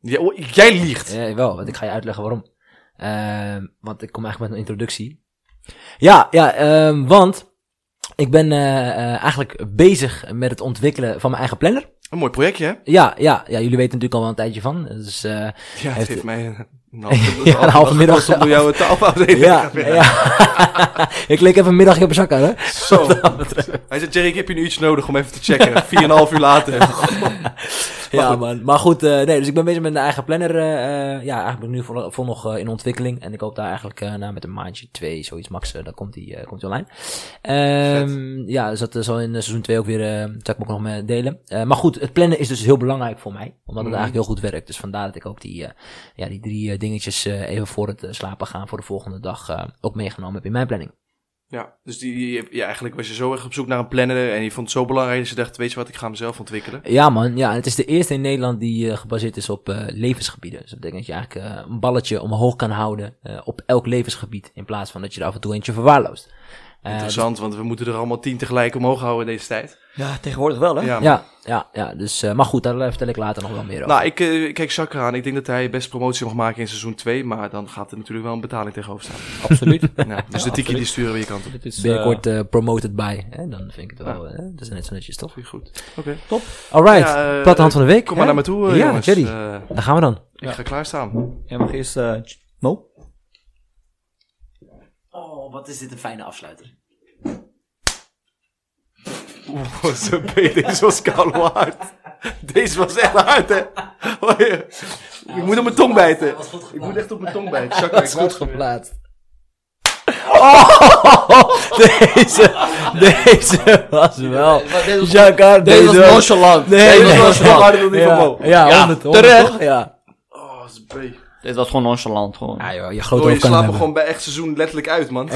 Ja, oh, jij liegt. Ja, wel, want ik ga je uitleggen waarom. Ehm, want ik kom eigenlijk met een introductie. Ja, ja, ehm, want ik ben eh, eh, eigenlijk bezig met het ontwikkelen van mijn eigen planner. Een mooi projectje, hè? Ja, ja, ja, jullie weten natuurlijk al wel een tijdje van. Dus, eh, Ja, het Heeft- heeft mij een Ja, een halve middag gekost om door jou te afhouden. ja, ja. ik leek even een middagje op zakken, hè? Zo. Hij zei, Jerry, ik heb je een uurtje nodig om even te checken. Vier en een half uur later. ja, man. Maar goed, eh, nee, dus ik ben bezig met een eigen planner. eh, eh, ja, eigenlijk ben ik nu vol, vol nog eh, in ontwikkeling. En ik hoop daar eigenlijk eh, nou, met een maandje, twee, zoiets max, eh, dan komt die, eh, komt die online. Ehm, ja, dus dat eh, zal in eh, seizoen 2 ook weer, eh dat zal ik me ook nog mee delen. Eh, maar goed, het plannen is dus heel belangrijk voor mij. Omdat het eigenlijk heel goed werkt. Dus vandaar dat ik ook die, eh, ja, die drie eh, dingetjes eh, even voor het eh, slapen gaan voor de volgende dag eh, ook meegenomen heb in mijn planning. Ja, dus die, ja, eigenlijk was je zo erg op zoek naar een planner en je vond het zo belangrijk dat je dacht, weet je wat, ik ga mezelf ontwikkelen. Ja, man. Ja, het is de eerste in Nederland die eh, gebaseerd is op eh, levensgebieden. Dus dat betekent dat je eigenlijk eh, een balletje omhoog kan houden eh, op elk levensgebied. In plaats van dat je er af en toe eentje verwaarloost. Eh, Interessant, want we moeten er allemaal tien tegelijk omhoog houden deze tijd. Ja, tegenwoordig wel, hè? Ja, ja, ja, ja. Dus, eh, maar goed, daar eh, vertel ik later nog wel meer over. Nou, ik eh, ik kijk Zakker aan. Ik denk dat hij best promotie mag maken in seizoen 2, maar dan gaat er natuurlijk wel een betaling tegenover staan. absoluut. Ja, dus de tiki die sturen we je kant op. Dit is, eh, Binnenkort eh, promoted by. Hè? Dan vind ik het wel. eh, dat is net zo netjes, toch? Goed. Oké. Alright, Ja, eh, platte hand van de week. Kom hè? maar naar me toe, eh, Ja, jongens. Jerry. Eh, ik Daar gaan we dan. ga klaarstaan. Jij mag eerst... eh, Mo? Oh, wat is dit een fijne afsluiter. Oeh, zo beet, deze was koude hard. Deze was echt hard, hè? Hoor je? Ik moet op mijn tong bijten. Ik moet echt op mijn tong bijten. Zakker, ik Goed luister weer. geplaatst. Oh, deze, deze was wel. Jacquard, deze was nonchalant. Nee, Deze nee, was ja. wel harder dan die ja. van Mo. Ja, Ja, 100, 100, terecht. toch? Ja. Oh, ze beet. Dit was gewoon nonchalant, gewoon. Ja, joh, je Door grote je hoofd kan slaapt het hebben. er gewoon bij echt seizoen letterlijk uit, man.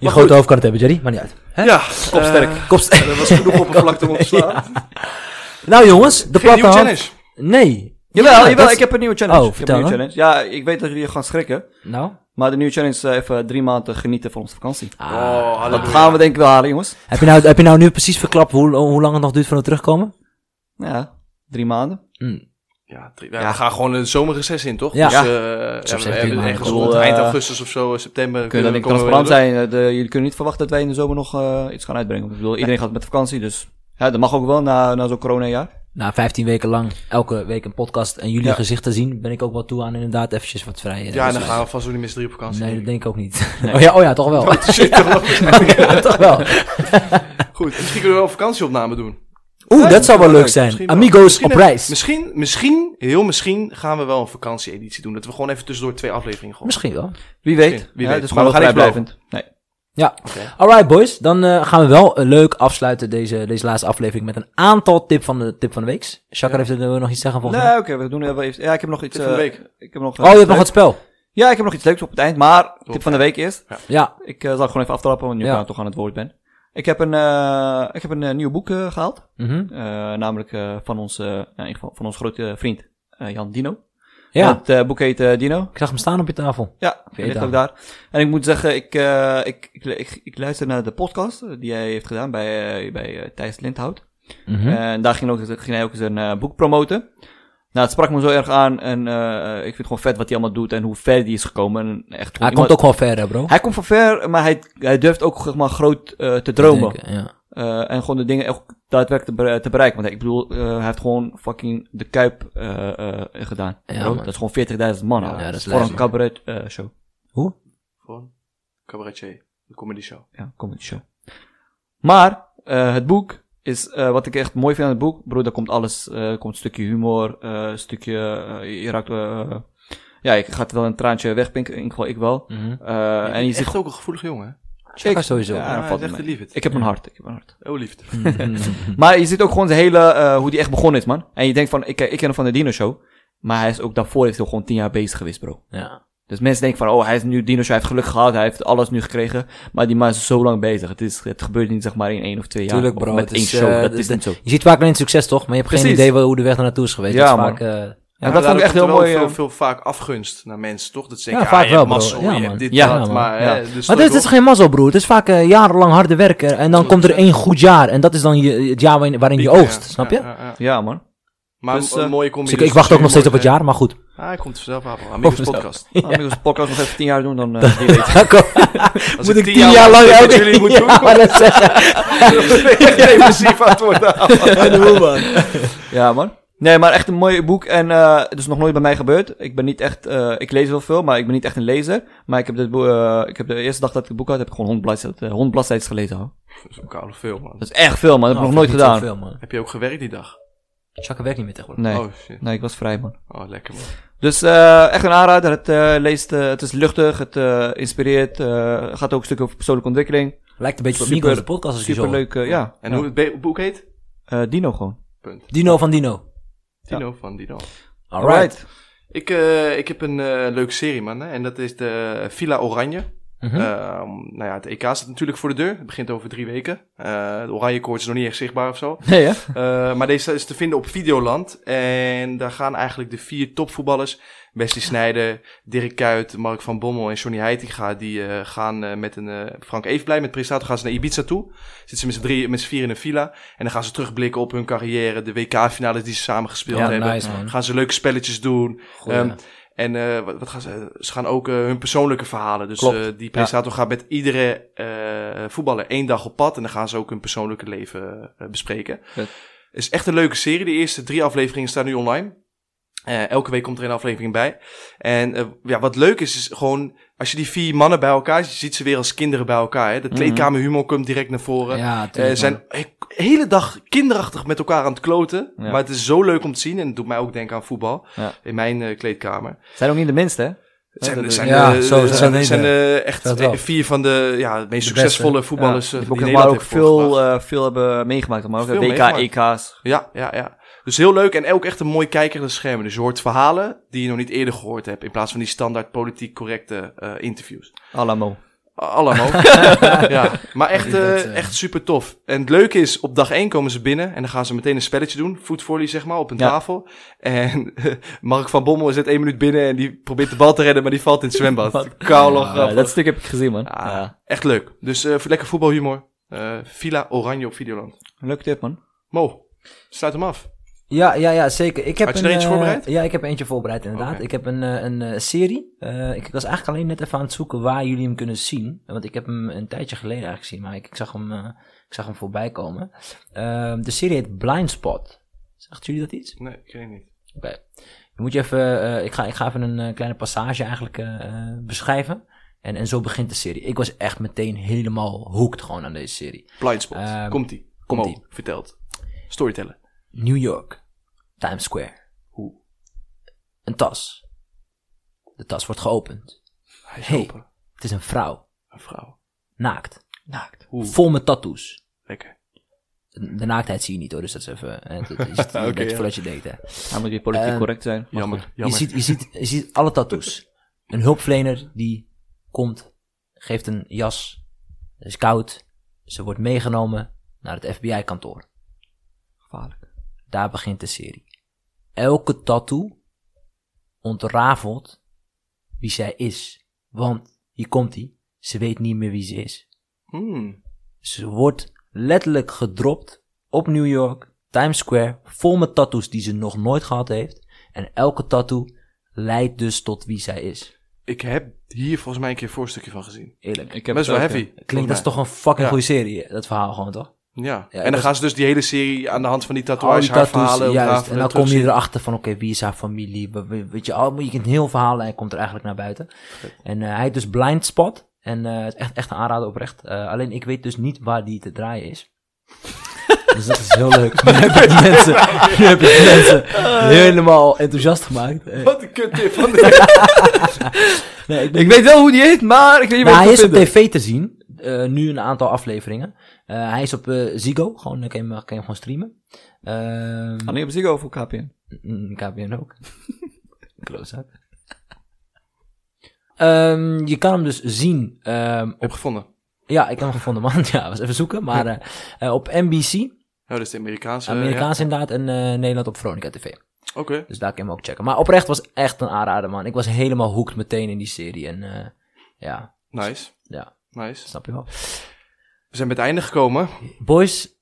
Je grote hoofd kan het hebben, Jerry. Maar niet uit. Hè? Eh, Ja, kopsterk. Kopst- dat was genoeg oppervlakte om op te slaan. nou jongens, de Geen platte nieuwe hand. challenge. Nee. Jawel, Ja, jawel, dat- ik heb een nieuwe challenge. Oh, Ik heb vertel een nieuwe dan. challenge. Ja, ik weet dat jullie gaan schrikken. Nou? Ah. Maar de nieuwe challenge is eh, even drie maanden genieten van onze vakantie. Oh, hallo. Dat gaan we denk ik wel halen, jongens. Heb je nou, heb je nou nu precies verklapt hoe, hoe lang het nog duurt van het terugkomen? Ja, drie maanden. Hm. Ja, drie- ja, we gaan gewoon een zomerreces in, toch? Dus, Ja. eh, ja, is we echt hebben prima. ergens Ik bedoel, rond eind eh, augustus of zo, september. Kunnen we komen we transparant weer zijn. eh, de- jullie kunnen niet verwachten dat wij in de zomer nog eh, iets gaan uitbrengen. Ik bedoel, iedereen gaat met vakantie, dus... Ja, dat mag ook wel na, na zo'n corona-jaar. Na 15 weken lang, elke week een podcast en jullie Ja. gezichten zien, ben ik ook wel toe aan inderdaad eventjes wat vrij. eh, terug. Ja, dan dus- gaan we vast ook niet meer z'n drie op vakantie. Nee, dat denk ik ook niet. Oh, ja, oh ja, toch wel. Shit, toch? Ja, toch wel. Goed, misschien kunnen we wel een vakantieopname doen. Oeh, dat zou wel leuk Misschien zijn. wel. Amigos Misschien op even- reis. Misschien, misschien, heel misschien gaan we wel een vakantieeditie doen. Dat we gewoon even tussendoor twee afleveringen gooien. Misschien wel. Wie weet. Wie weet. Ja, het is Maar gewoon we gaan wel niks vrijblijvend. Nee. Ja. Alright boys, dan eh, gaan we wel eh, leuk afsluiten deze, deze laatste aflevering met een aantal tip van de, tip van de weeks. Chakra heeft er eh, nog iets te zeggen volgens mij. Nee, oké, we doen even... Ja, ik heb nog iets... Tip van de eh, week. Ik heb nog, Oh, je hebt nog leuks. het spel. Ja, ik heb nog iets leuks op het eind, maar tip van de week eerst. Ja. Ik eh, zal het gewoon even aftrappen, want nu Ja. ik toch aan het woord ben. Ik heb een, eh, ik heb een eh, nieuw boek eh, gehaald. Mhm. Eh, namelijk eh, van, ons, eh, nou, in ieder geval van ons grote vriend eh, Jan Dino. Ja, Het eh, boek heet eh, Dino. ik zag hem staan op je tafel. Ja, hij ligt daar. ook daar. En ik moet zeggen, ik, eh, ik, ik, ik, ik luister naar de podcast eh, die hij heeft gedaan bij, eh, bij eh, Thijs Lindhout. Mhm. En daar ging, ook, ging hij ook zijn eh, boek promoten. Nou, het sprak me zo erg aan en eh, ik vind het gewoon vet wat hij allemaal doet en hoe ver hij is gekomen. En echt, Hij iemand- komt ook wel verder, bro. hij komt van ver, maar hij, hij durft ook zeg maar, groot eh, te dromen. Denken, Ja. Eh, en gewoon de dingen echt daadwerkelijk te, bere- te bereiken. Want ik bedoel, eh, hij heeft gewoon fucking de Kuip eh, eh, gedaan. Ja, Bro, man. dat is gewoon 40.000 man. ouwe. dat is Voor lijp, een cabaret eh, show. Gewoon cabaretier, een comedy show. Ja, comedy show. Maar eh, het boek is, eh, wat ik echt mooi vind aan het boek, bro, daar komt alles. eh, Er komt een stukje humor, eh, een stukje, eh, je raakt, eh, ja, ik ga het wel een traantje wegpinken, in ieder geval ik wel. Mhm. Eh, en je Is ziet echt ook een gevoelig jongen, Chakra sowieso. Ja, hè? dat Ja, valt echt mee. een liefde. Ik heb een hart, ik heb een hart. Oh, liefde. Maar je ziet ook gewoon zijn hele, eh, hoe die echt begonnen is, man. En je denkt van, ik, ik ken hem van de Dino Show. Maar hij is ook daarvoor heeft hij gewoon tien jaar bezig geweest, bro. Ja. Dus mensen denken van, oh, hij is nu Dino Show, hij heeft geluk gehad, hij heeft alles nu gekregen. Maar die man is zo lang bezig. Het, is, het gebeurt niet, zeg maar, in één of twee jaar. Tuurlijk, Of bro. Met het één is, show, eh, dat de- is de- niet zo. Je ziet vaak alleen succes, toch? Maar je hebt geen Precies. idee wel hoe de weg naartoe is geweest. Ja, dat is man. vaak, eh, Ja, dat Daar vond ik echt heel komt mooi. wel eh, Veel, veel vaak afgunst naar mensen, toch? Dat ze Ja, denken, vaak ah, je wel, bro. hebt mazzel, Ja, je man. hebt dit, Ja, dat, man. maar... dus Ja. hè, de Maar dit struggle- is geen mazzel, broer. Het is vaak eh, jarenlang harde werken. En dan komt er één goed jaar. En dat is dan je, het jaar waarin, waarin je Ja, oogst. ja, Snap je? ja, ja, ja. Ja, man. Maar Dus, een eh, mooie comedy. Dus ik, ik wacht ook nog steeds op het jaar, maar goed. Ah, hij komt vanzelf aan. Amigos vanzelf. podcast. Ja. Amigos podcast nog even tien jaar doen, dan eh, wie weet. Als Moet ik tien tien jaar lang weet wat elke- jullie moeten Ja, doen. maar dat zeggen. Depressief aan het worden. Ja, man. Nee, maar echt een mooi boek. En eh het is nog nooit bij mij gebeurd. Ik ben niet echt... eh, ik lees wel veel, maar ik ben niet echt een lezer. Maar ik heb, dit boek, eh, ik heb de eerste dag dat ik het boek had, heb ik gewoon 100 bladzijden, 100 bladzijden gelezen. hoor. Dat is ook oude veel, man. Nou, Dat is echt veel, man. Dat heb ik nog nooit gedaan. Veel, man. Heb je ook gewerkt die dag? Chaka werkt niet meer tegenwoordig. Nee. Oh shit. Nee, ik was vrij, man. Oh, lekker man. Dus eh, echt een aanrader. Het eh, leest, eh, het is luchtig, het eh, inspireert, eh, gaat ook een stuk over persoonlijke ontwikkeling. Lijkt een beetje op Super- Nico's podcast als ik je zo hoor. Superleuk, eh, ja. En Ja. hoe het be- boek heet? Eh, Dino gewoon. Punt. Dino van Dino. Dino van Dino. Alright. Ik, eh, ik heb een eh, leuke serie, man. Hè? En dat is de eh, Villa Oranje. Mhm. Ehm, nou ja, het EK staat natuurlijk voor de deur. Het begint over drie weken. Eh, de oranje koorts is nog niet echt zichtbaar of zo. Nee, hè? Eh, maar deze is te vinden op Videoland. En daar gaan eigenlijk de vier topvoetballers... Wesley Sneijder, Dirk Kuyt, Mark van Bommel en Johnny Heitinga... die eh, gaan eh, met een... eh, Frank Evenblij met presentator gaan ze naar Ibiza toe. Zitten ze met z'n drieën- met z'n vier in een villa. En dan gaan ze terugblikken op hun carrière... de WK-finales die ze samen gespeeld Ja, hebben. nice, man. Gaan ze leuke spelletjes doen. Goeie. Ehm, en eh, wat, wat gaan ze, ze gaan ook eh, hun persoonlijke verhalen. Dus Klopt, eh, die presentator gaat met iedere eh, voetballer één dag op pad. En dan gaan ze ook hun persoonlijke leven eh, bespreken. Vet. Het is echt een leuke serie. De eerste drie afleveringen staan nu online. Eh, elke week komt er een aflevering bij. En eh, ja, wat leuk is, is gewoon als je die vier mannen bij elkaar ziet, je ziet ze weer als kinderen bij elkaar. Hè? De kleedkamerhumor komt direct naar voren. ja, Eh, tuurlijk, zijn man. he- hele dag kinderachtig met elkaar aan het kloten. Ja. Maar het is zo leuk om te zien. En het doet mij ook denken aan voetbal. Ja. In mijn eh, kleedkamer. Zijn ook niet de minste, hè? Het zijn, Ja, het dat- zijn, ja, eh, zo het zijn zijn, deze. het zijn eh, echt Dat wel. vier van de ja, meest De succesvolle voetballers. Ja, eh, die die ook, maar Nederland ook heeft voortgebracht. veel, eh, veel hebben meegemaakt. Maar ook Veel WK, meegemaakt. EK's. Ja, ja, ja. Dus heel leuk en ook echt een mooi kijker naar de schermen. Dus je hoort verhalen die je nog niet eerder gehoord hebt. In plaats van die standaard politiek correcte eh, interviews. Alamo. Allemaal. ja, maar echt, eh, Dat, eh, echt super tof. En het leuke is, op dag 1 komen ze binnen en dan gaan ze meteen een spelletje doen. Food volley, zeg maar, op een Ja. tafel. En Mark van Bommel is net één minuut binnen en die probeert de bal te redden, maar die valt in het zwembad. Koude Ja, grappig. Eh, dat stuk heb ik gezien, man. Ah. Ja, Ja. Echt leuk. Dus eh, voor lekker voetbalhumor. eh Villa Oranje op Videoland. Leuke tip, man. Mo, sluit hem af. Ja, ja, ja, zeker. Ik heb Had je een, er eentje eh, voorbereid? Ja, ik heb eentje voorbereid, inderdaad. Oké. Ik heb een, eh, een eh, serie. Eh, ik was eigenlijk alleen net even aan het zoeken waar jullie hem kunnen zien. Want ik heb hem een tijdje geleden eigenlijk gezien, maar ik, ik zag, hem, eh, ik zag hem voorbij komen. Ehm, de serie heet Blind Spot. Zegt jullie dat iets? Nee, ik weet het niet. Oké. Je moet je even, eh, ik, ga, ik ga even een eh, kleine passage eigenlijk eh, eh, beschrijven. En, en zo begint de serie. Ik was echt meteen helemaal hooked gewoon aan deze serie. Blindspot. Ehm, Komt-ie. Mo, komt-ie. verteld. Storytellen. New York, Times Square. Hoe? Een tas. De tas wordt geopend. Hij is Hey. open. Het is een vrouw, Een vrouw. naakt, Naakt. Hoe? vol met tattoos. Lekker. De naaktheid zie je niet hoor, dus dat is even. eh, Dat is het een Oké, beetje ja. voordat je deed. Hè. Hij moet weer politiek Eh, correct zijn. Maar Jammer. goed. Je, Jammer. ziet, je, ziet, je ziet alle tattoos. Een hulpverlener die komt, geeft een jas. Het is koud. Ze wordt meegenomen naar het FBI-kantoor. Gevaarlijk. Daar begint de serie. Elke tattoo ontrafelt wie zij is. Want, hier komt ie, ze weet niet meer wie ze is. Hmm. Ze wordt letterlijk gedropt op New York, Times Square, vol met tattoos die ze nog nooit gehad heeft. En elke tattoo leidt dus tot wie zij is. Ik heb hier volgens mij een keer een voorstukje van gezien. Eerlijk. Ik heb Best het wel ook, heavy. Klinkt, volgens dat mij. is toch een fucking Ja. goede serie, dat verhaal gewoon toch? Ja. Ja, en dan dat- gaan ze dus die hele serie aan de hand van die Al tatoeage, die haar tattoos, verhalen, juist. ontrafelen, En dan kom je terugzien. erachter van, oké, wie is haar familie? We- we- Weet je, al, moet je een heel verhaallijn komt er eigenlijk naar buiten. En eh, hij heeft dus Blind Spot. En eh, het is echt, echt een aanrader oprecht. Eh, alleen ik weet dus niet waar die te draaien is. dus dat is heel leuk. Nu heb je die mensen, nu heb je die mensen helemaal enthousiast gemaakt. Eh, Ah. Wat een kut tip van de... nee, ik ben- Ik weet wel hoe die heet, maar ik weet niet Nou, waar hij ik is het op tv te zien. eh, nu een aantal afleveringen. Eh, hij is op eh, Ziggo. Gewoon, dan kan je hem, kan je hem gewoon streamen. Ehm, Alleen op Ziggo voor KPN. Mm, KPN ook. Klootzak. Ehm, je kan hem dus zien. ehm, Heb gevonden. ja, ik heb hem gevonden, man. Ja, was even zoeken. Maar eh, eh, op NBC, Oh, dat is de Amerikaanse... eh, Amerikaans inderdaad, en eh, Nederland op Veronica TV. ja. Oké. Dus daar kan je hem ook checken. Maar oprecht was echt een aanrader, man. Ik was helemaal hooked meteen in die serie. En eh, ja, Nice. ja, Nice. snap je wel. We zijn bij het einde gekomen. Boys,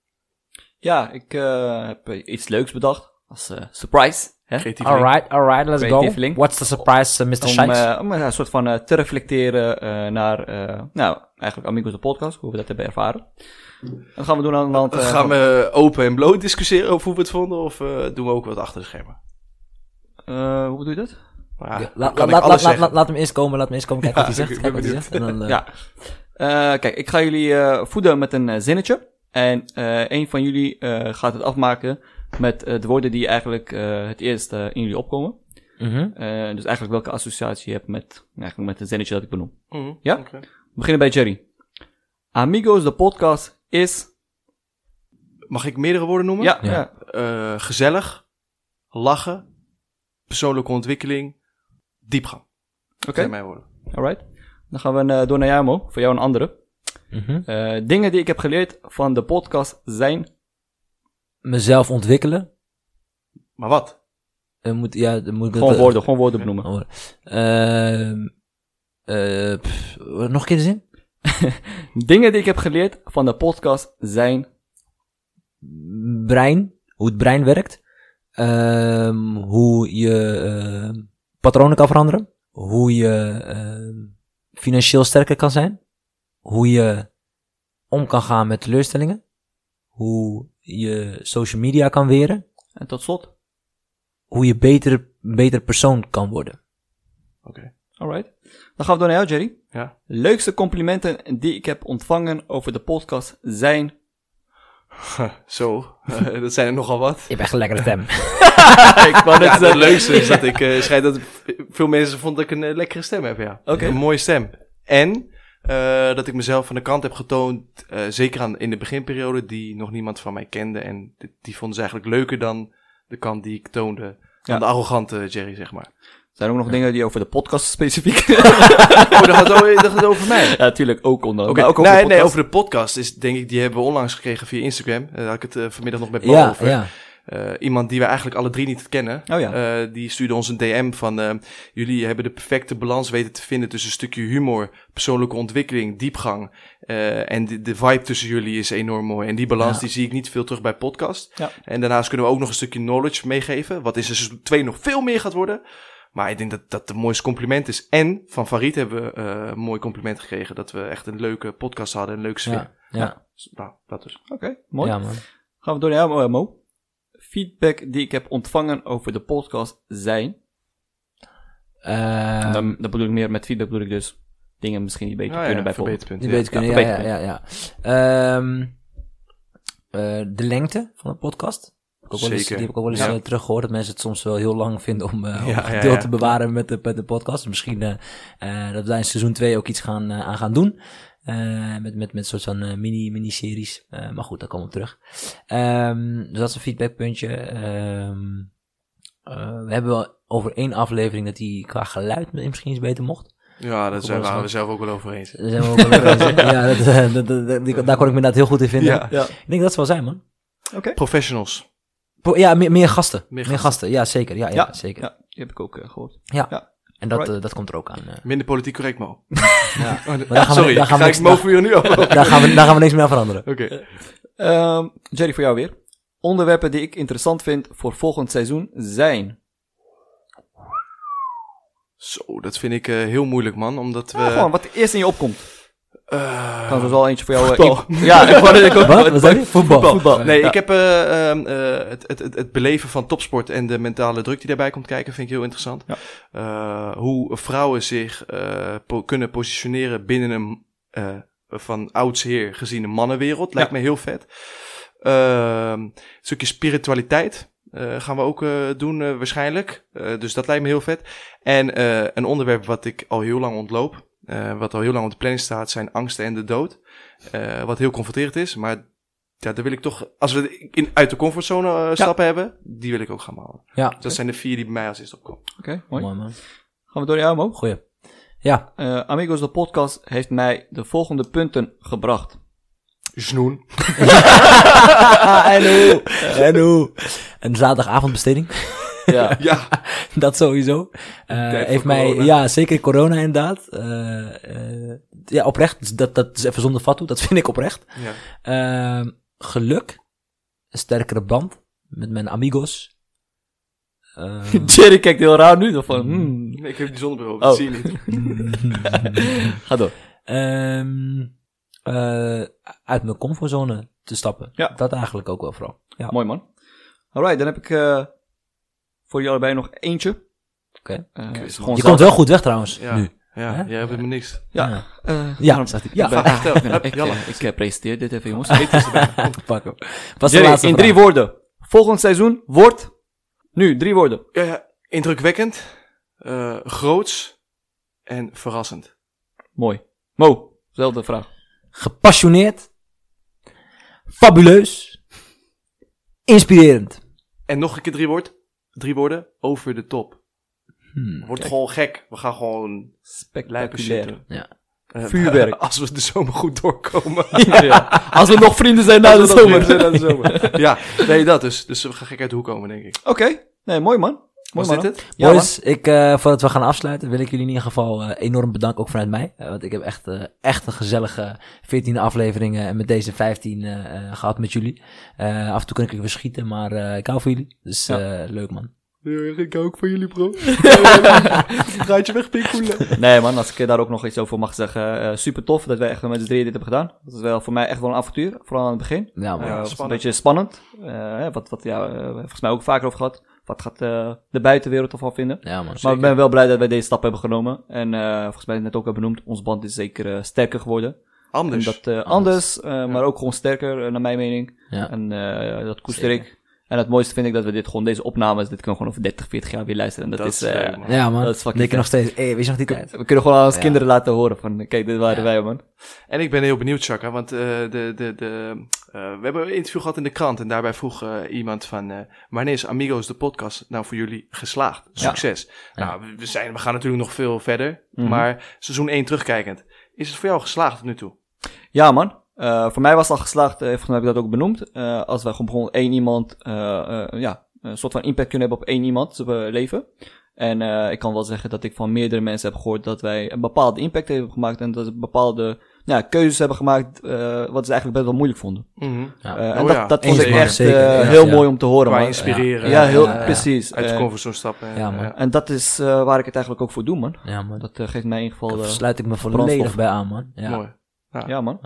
Ja, ik eh, heb eh, iets leuks bedacht. Als eh, surprise. Hè? Creatief. alright, alright, let's go. Creatieveling. What's the surprise, eh, Mr. Om, Shikes? eh, om een soort van eh, te reflecteren eh, naar, eh, nou, eigenlijk Amigos de podcast, hoe we dat hebben ervaren. Dat gaan we doen aan de hand. eh, gaan we open en bloot discussiëren over hoe we het vonden? Of eh, doen we ook wat achter de schermen? eh, hoe bedoe je dat? Nou Ja, ja, dan laat- kan ik laat- alles laat- laat- zeggen. Laat hem eerst komen, laat hem eerst komen. Kijk wat hij ik zegt. ben Kijk wat hij benieuwd. zegt. En dan, eh, Ja. Eh, kijk, ik ga jullie eh, voeden met een eh, zinnetje. En eh een van jullie eh, gaat het afmaken met eh, de woorden die eigenlijk eh, het eerst eh, in jullie opkomen. Mhm. Eh, dus eigenlijk welke associatie je hebt met, eigenlijk met het zinnetje dat ik benoem. Mhm, Ja? oké. We beginnen bij Jerry. Amigos, de podcast is... Mag ik meerdere woorden noemen? Ja, Ja. ja. Eh, gezellig, lachen, persoonlijke ontwikkeling, diepgang. oké. Dat zijn mijn woorden. Alright. Dan gaan we eh, door naar Jamo. Voor jou een andere. Mhm. Eh, dingen die ik heb geleerd van de podcast zijn... Mezelf ontwikkelen. Maar wat? Eh, moet, ja, dan moet ik Gewoon dat- eh, woorden, gewoon woorden benoemen. Gewoon woorden. Ehm, eh, pff, nog een keer de zin? Dingen die ik heb geleerd van de podcast zijn... Brein. Hoe het brein werkt. Ehm, hoe je ehm, patronen kan veranderen. Hoe je ehm, financieel sterker kan zijn. Hoe je om kan gaan met teleurstellingen. Hoe je social media kan weren. En tot slot. Hoe je beter, beter persoon kan worden. Oké. Alright. Dan gaan we door naar jou, Jerry. Ja. Leukste complimenten die ik heb ontvangen over de podcast zijn... Zo, eh, dat zijn er nogal wat. Je hebt echt een lekkere stem. ik wou net Ja, het zeggen. leukste is dat ik eh schijnt dat veel mensen vonden dat ik een eh, lekkere stem heb, ja. Oké. Een mooie stem. En eh, dat ik mezelf van de kant heb getoond, eh, zeker aan, in de beginperiode, die nog niemand van mij kende. En die, die vonden ze eigenlijk leuker dan de kant die ik toonde. aan Ja. de arrogante Jerry, zeg maar. Zijn er ook nog dingen die over de podcast specifiek? Oh, dat gaat, o- dat gaat over mij. ja, natuurlijk ook onder. Oké, maar ook nee, de nee, podcast. over de podcast is denk ik, die hebben we onlangs gekregen via Instagram. Eh, daar had ik het eh, vanmiddag nog met Paul Ja, over. ja. Eh, iemand die we eigenlijk alle drie niet kennen. Oh ja. Eh, die stuurde ons een DM van... eh, jullie hebben de perfecte balans weten te vinden tussen een stukje humor, persoonlijke ontwikkeling, diepgang. eh, en de, de vibe tussen jullie is enorm mooi. En die balans Ja. die zie ik niet veel terug bij podcast. Ja. En daarnaast kunnen we ook nog een stukje knowledge meegeven. Wat in seizoen 2 nog veel meer gaat worden. Maar ik denk dat dat het mooiste compliment is. En van Farid hebben we eh, een mooi compliment gekregen. Dat we echt een leuke podcast hadden, een leuke sfeer. Ja, ja. Dus, nou, dat dus. Oké, mooi. Ja, man. Gaan we door naar jou, eh, Mo. Feedback die ik heb ontvangen over de podcast zijn... Eh, dan, dat bedoel ik meer met feedback bedoel ik dus dingen misschien die beter Nou ja, kunnen bij bijvoorbeeld. verbeterpunt, die ja. beter kunnen, ja, ja, ja, ja. ja. Ehm, eh, de lengte van de podcast. Heb ik ook wel eens- Zeker. Die heb ik ook wel eens Ja. eh, teruggehoord. Dat mensen het soms wel heel lang vinden om, eh om Ja, een ja, deel ja. te bewaren met de, met de podcast. Misschien eh, eh, dat we daar in seizoen 2 ook iets gaan, eh, aan gaan doen. Eh, met, met, met soort van eh, mini, mini-series. Eh, maar goed, daar komen we op terug. Ehm, dus dat is een feedbackpuntje. Ehm, eh, we hebben wel over één aflevering dat die qua geluid misschien iets beter mocht. Ja, dat zijn, wel waren we eens zelf ook wel over eens. Daar zijn we ook wel over eens. ja, dat, eh, dat- dat- dat- die- daar kon ik me inderdaad heel goed in vinden. Ja. Ja. Ik denk dat ze wel zijn, man. Professionals. Pro- Ja, meer, meer gasten. Meer Meer gasten. ja, zeker. Ja, ja, Ja, zeker. Ja. Ja, die heb ik ook eh, gehoord. En dat, Right. eh, dat komt er ook aan. eh. Minder politiek correct, Mo. Ja. Oh, de- daar gaan we- sorry, daar gaan we ga ik niks- Mo voor je nu over. Oké. Daar, gaan we, daar gaan we niks meer aan veranderen. Ehm, Jerry, voor jou weer. Onderwerpen die ik interessant vind voor volgend seizoen zijn... Zo, dat vind ik eh, heel moeilijk, man. Omdat we... Ja, gewoon wat eerst in je opkomt. eh, Kan zo wel eentje voor jou... eh, voetbal. in- ja, ik wou net- ik wou- Wat? Wat zei je? Voetbal. Oh, Nee, Ja. ik heb eh, ehm, eh, het, het, het, het beleven van topsport en de mentale druk die daarbij komt kijken, vind ik heel interessant. Ja. Eh, hoe vrouwen zich eh, po- kunnen positioneren binnen een eh, van oudsheer gezien een mannenwereld, lijkt me heel vet. Ehm, een stukje spiritualiteit eh, gaan we ook eh, doen eh, waarschijnlijk. Eh, dus dat lijkt me heel vet. En eh, een onderwerp wat ik al heel lang ontloop, eh, wat al heel lang op de planning staat, zijn angsten en de dood. Eh, wat heel confronterend is, maar ja, daar wil ik toch, als we in, uit de comfortzone eh, stappen hebben, die wil ik ook gaan halen. Ja, Dus dat zijn de vier die bij mij als eerste opkomen. Oké, mooi. mooi man. Gaan we door naar jou, Mo. Goeie. Ja, Eh, Amigos, de podcast heeft mij de volgende punten gebracht. Snoen. en hoe? En hoe? Een zaterdagavondbesteding. Ja. Ja, dat sowieso. Eh, tijd heeft van mij, corona. ja, zeker corona inderdaad. Eh, eh, ja, oprecht. Dat, dat is even zonder fatsoen. Dat vind ik oprecht. ja. Ehm, geluk. Een sterkere band met mijn amigos. Ehm, Jerry kijkt heel raar nu. zo Van, hmm. Nee, ik heb die zonnebril op, Oh. dat zie je niet. Ga door. ehm, eh, uit mijn comfortzone te stappen. Ja. Dat eigenlijk ook wel vooral. Ja. Mooi man. Alright, dan heb ik eh, voor jullie allebei nog eentje. Oké. Eh, Oké, is gewoon Je zelf- komt wel goed weg trouwens, Ja, nu. ja Hè? jij hebt me niks. Ja. Ja. eh, Ja, daarom- zegt hij. Ik, ben- Ja. ik, ben- Hup, ik, eh, jalla. ik eh, presenteer dit even jongens. Pak hem. Wat is de Jerry, laatste in vraag? drie woorden. Volgend seizoen wordt... Nu, drie woorden. Ja, indrukwekkend, eh, groots en verrassend. Mooi. Mo, zelfde vraag. Gepassioneerd. Fabuleus. Inspirerend. En nog een keer drie, woord, drie woorden, over de top. Wordt gewoon gek. We gaan gewoon lijpen Spectaculair. zitten. Eh, Vuurwerk. Als we de zomer goed doorkomen. Ja. Als we nog vrienden zijn na de zomer. Ja, dat is zomer. ja, nee, dat dus. Dus we gaan gek uit de hoek komen, denk ik. Oké. Nee, mooi man. Mooi Was man. dit het? Ja, Boys, ik, eh, voordat we gaan afsluiten, wil ik jullie in ieder geval eh, enorm bedanken, ook vanuit mij. Eh, want ik heb echt, eh, echt een gezellige 14 afleveringen en met deze 15 eh, eh, gehad met jullie. Eh, af en toe kan ik even schieten, maar eh, ik hou van jullie. Dus eh, leuk man. Ik hou ook van jullie, bro. Draadje weg, pikkoelen. Nee man, als ik daar ook nog iets over mag zeggen. eh, super tof dat wij echt met z'n drieën dit hebben gedaan. Dat is wel voor mij echt wel een avontuur. Vooral aan het begin. Ja, man. Eh, Ja, was een spannend. beetje spannend. Eh, wat, wat ja, eh, volgens mij ook vaker over gehad. Wat gaat eh, de buitenwereld ervan vinden? Ja, man. Maar ik ben wel blij dat wij deze stap hebben genomen. En eh, volgens mij net ook hebben benoemd, ons band is zeker eh, sterker geworden. Anders. En dat, eh, anders, eh, maar ook gewoon sterker, eh, naar mijn mening. Ja. En eh, dat koester ik. En het mooiste vind ik dat we dit gewoon, deze opnames, dit kunnen we gewoon over 30, 40 jaar weer luisteren. En dat, Dat is, is eh, leuk, man. Ja, man. Dat is fucking Denk je vet. nog steeds, hey, weet je nog die tijd? we kunnen gewoon aan onze Ja. kinderen laten horen van, kijk, dit waren Ja. wij, man. En ik ben heel benieuwd, Chaka, want eh, de, de, de, eh, we hebben een interview gehad in de krant. En daarbij vroeg eh, iemand van, eh, wanneer is Amigos de podcast nou voor jullie geslaagd? Succes. Nou, we- we, zijn, we gaan natuurlijk nog veel verder. Maar seizoen 1 terugkijkend. Is het voor jou geslaagd tot nu toe? Ja, man. Eh, voor mij was het al geslaagd, eh, volgens mij heb ik dat ook benoemd. Eh, als wij gewoon begonnen één iemand, eh, eh, ja, een soort van impact kunnen hebben op één iemand zijn eh, leven. En eh, ik kan wel zeggen dat ik van meerdere mensen heb gehoord dat wij een bepaalde impact hebben gemaakt. En dat we bepaalde ja, keuzes hebben gemaakt, eh, wat ze eigenlijk best wel moeilijk vonden. Ja. Eh, en Oh dat, ja, dat vond ik zeker, echt zeker, eh, ja, heel ja. mooi om te horen. Qua man. inspireren. Ja, heel Ja, ja, ja. precies. Uit de Eh, comfortzone stappen. eh, Ja, man. en dat is eh, waar ik het eigenlijk ook voor doe, man. Ja, man. Dat Dat eh, geeft mij in ieder geval... eh, sluit ik me volledig brandstof. bij aan, man. Ja. Mooi. ja, man.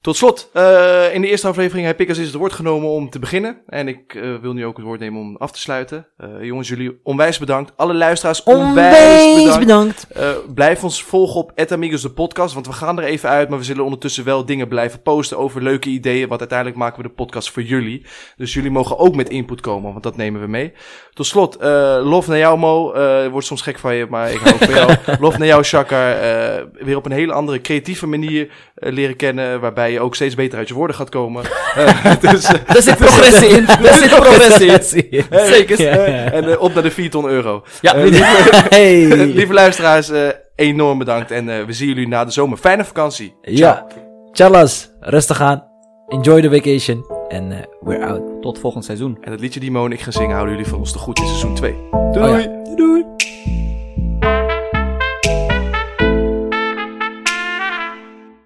Tot slot, eh, in de eerste aflevering heb ik als eerste het woord genomen om te beginnen. En ik eh, wil nu ook het woord nemen om af te sluiten. Eh, jongens, jullie onwijs bedankt. Alle luisteraars onwijs Onwijs bedankt. bedankt. Eh, blijf ons volgen op Amigos de podcast, want we gaan er even uit. Maar we zullen ondertussen wel dingen blijven posten over leuke ideeën. Want uiteindelijk maken we de podcast voor jullie. Dus jullie mogen ook met input komen, want dat nemen we mee. Tot slot, eh, lof naar jou Mo. Eh wordt soms gek van je, maar ik hou ook van jou. Lof naar jou Shakar. Eh, weer op een hele andere creatieve manier eh, leren kennen. Waarbij je ook steeds beter uit je woorden gaat komen. Eh, dus, eh, Daar zit progressie in. Daar zit progressie in. Zeker. Ja. en eh, op naar de 4 ton euro. Ja, Hey. Lieve luisteraars, eh, enorm bedankt. En eh, we zien jullie na de zomer. Fijne vakantie. Ja. Chalas, rustig aan. Enjoy the vacation. En eh, we're out. tot volgend seizoen. Oh En dat liedje die Mo en ik gaan zingen houden jullie voor ons te goed in seizoen 2. Doei. Doei.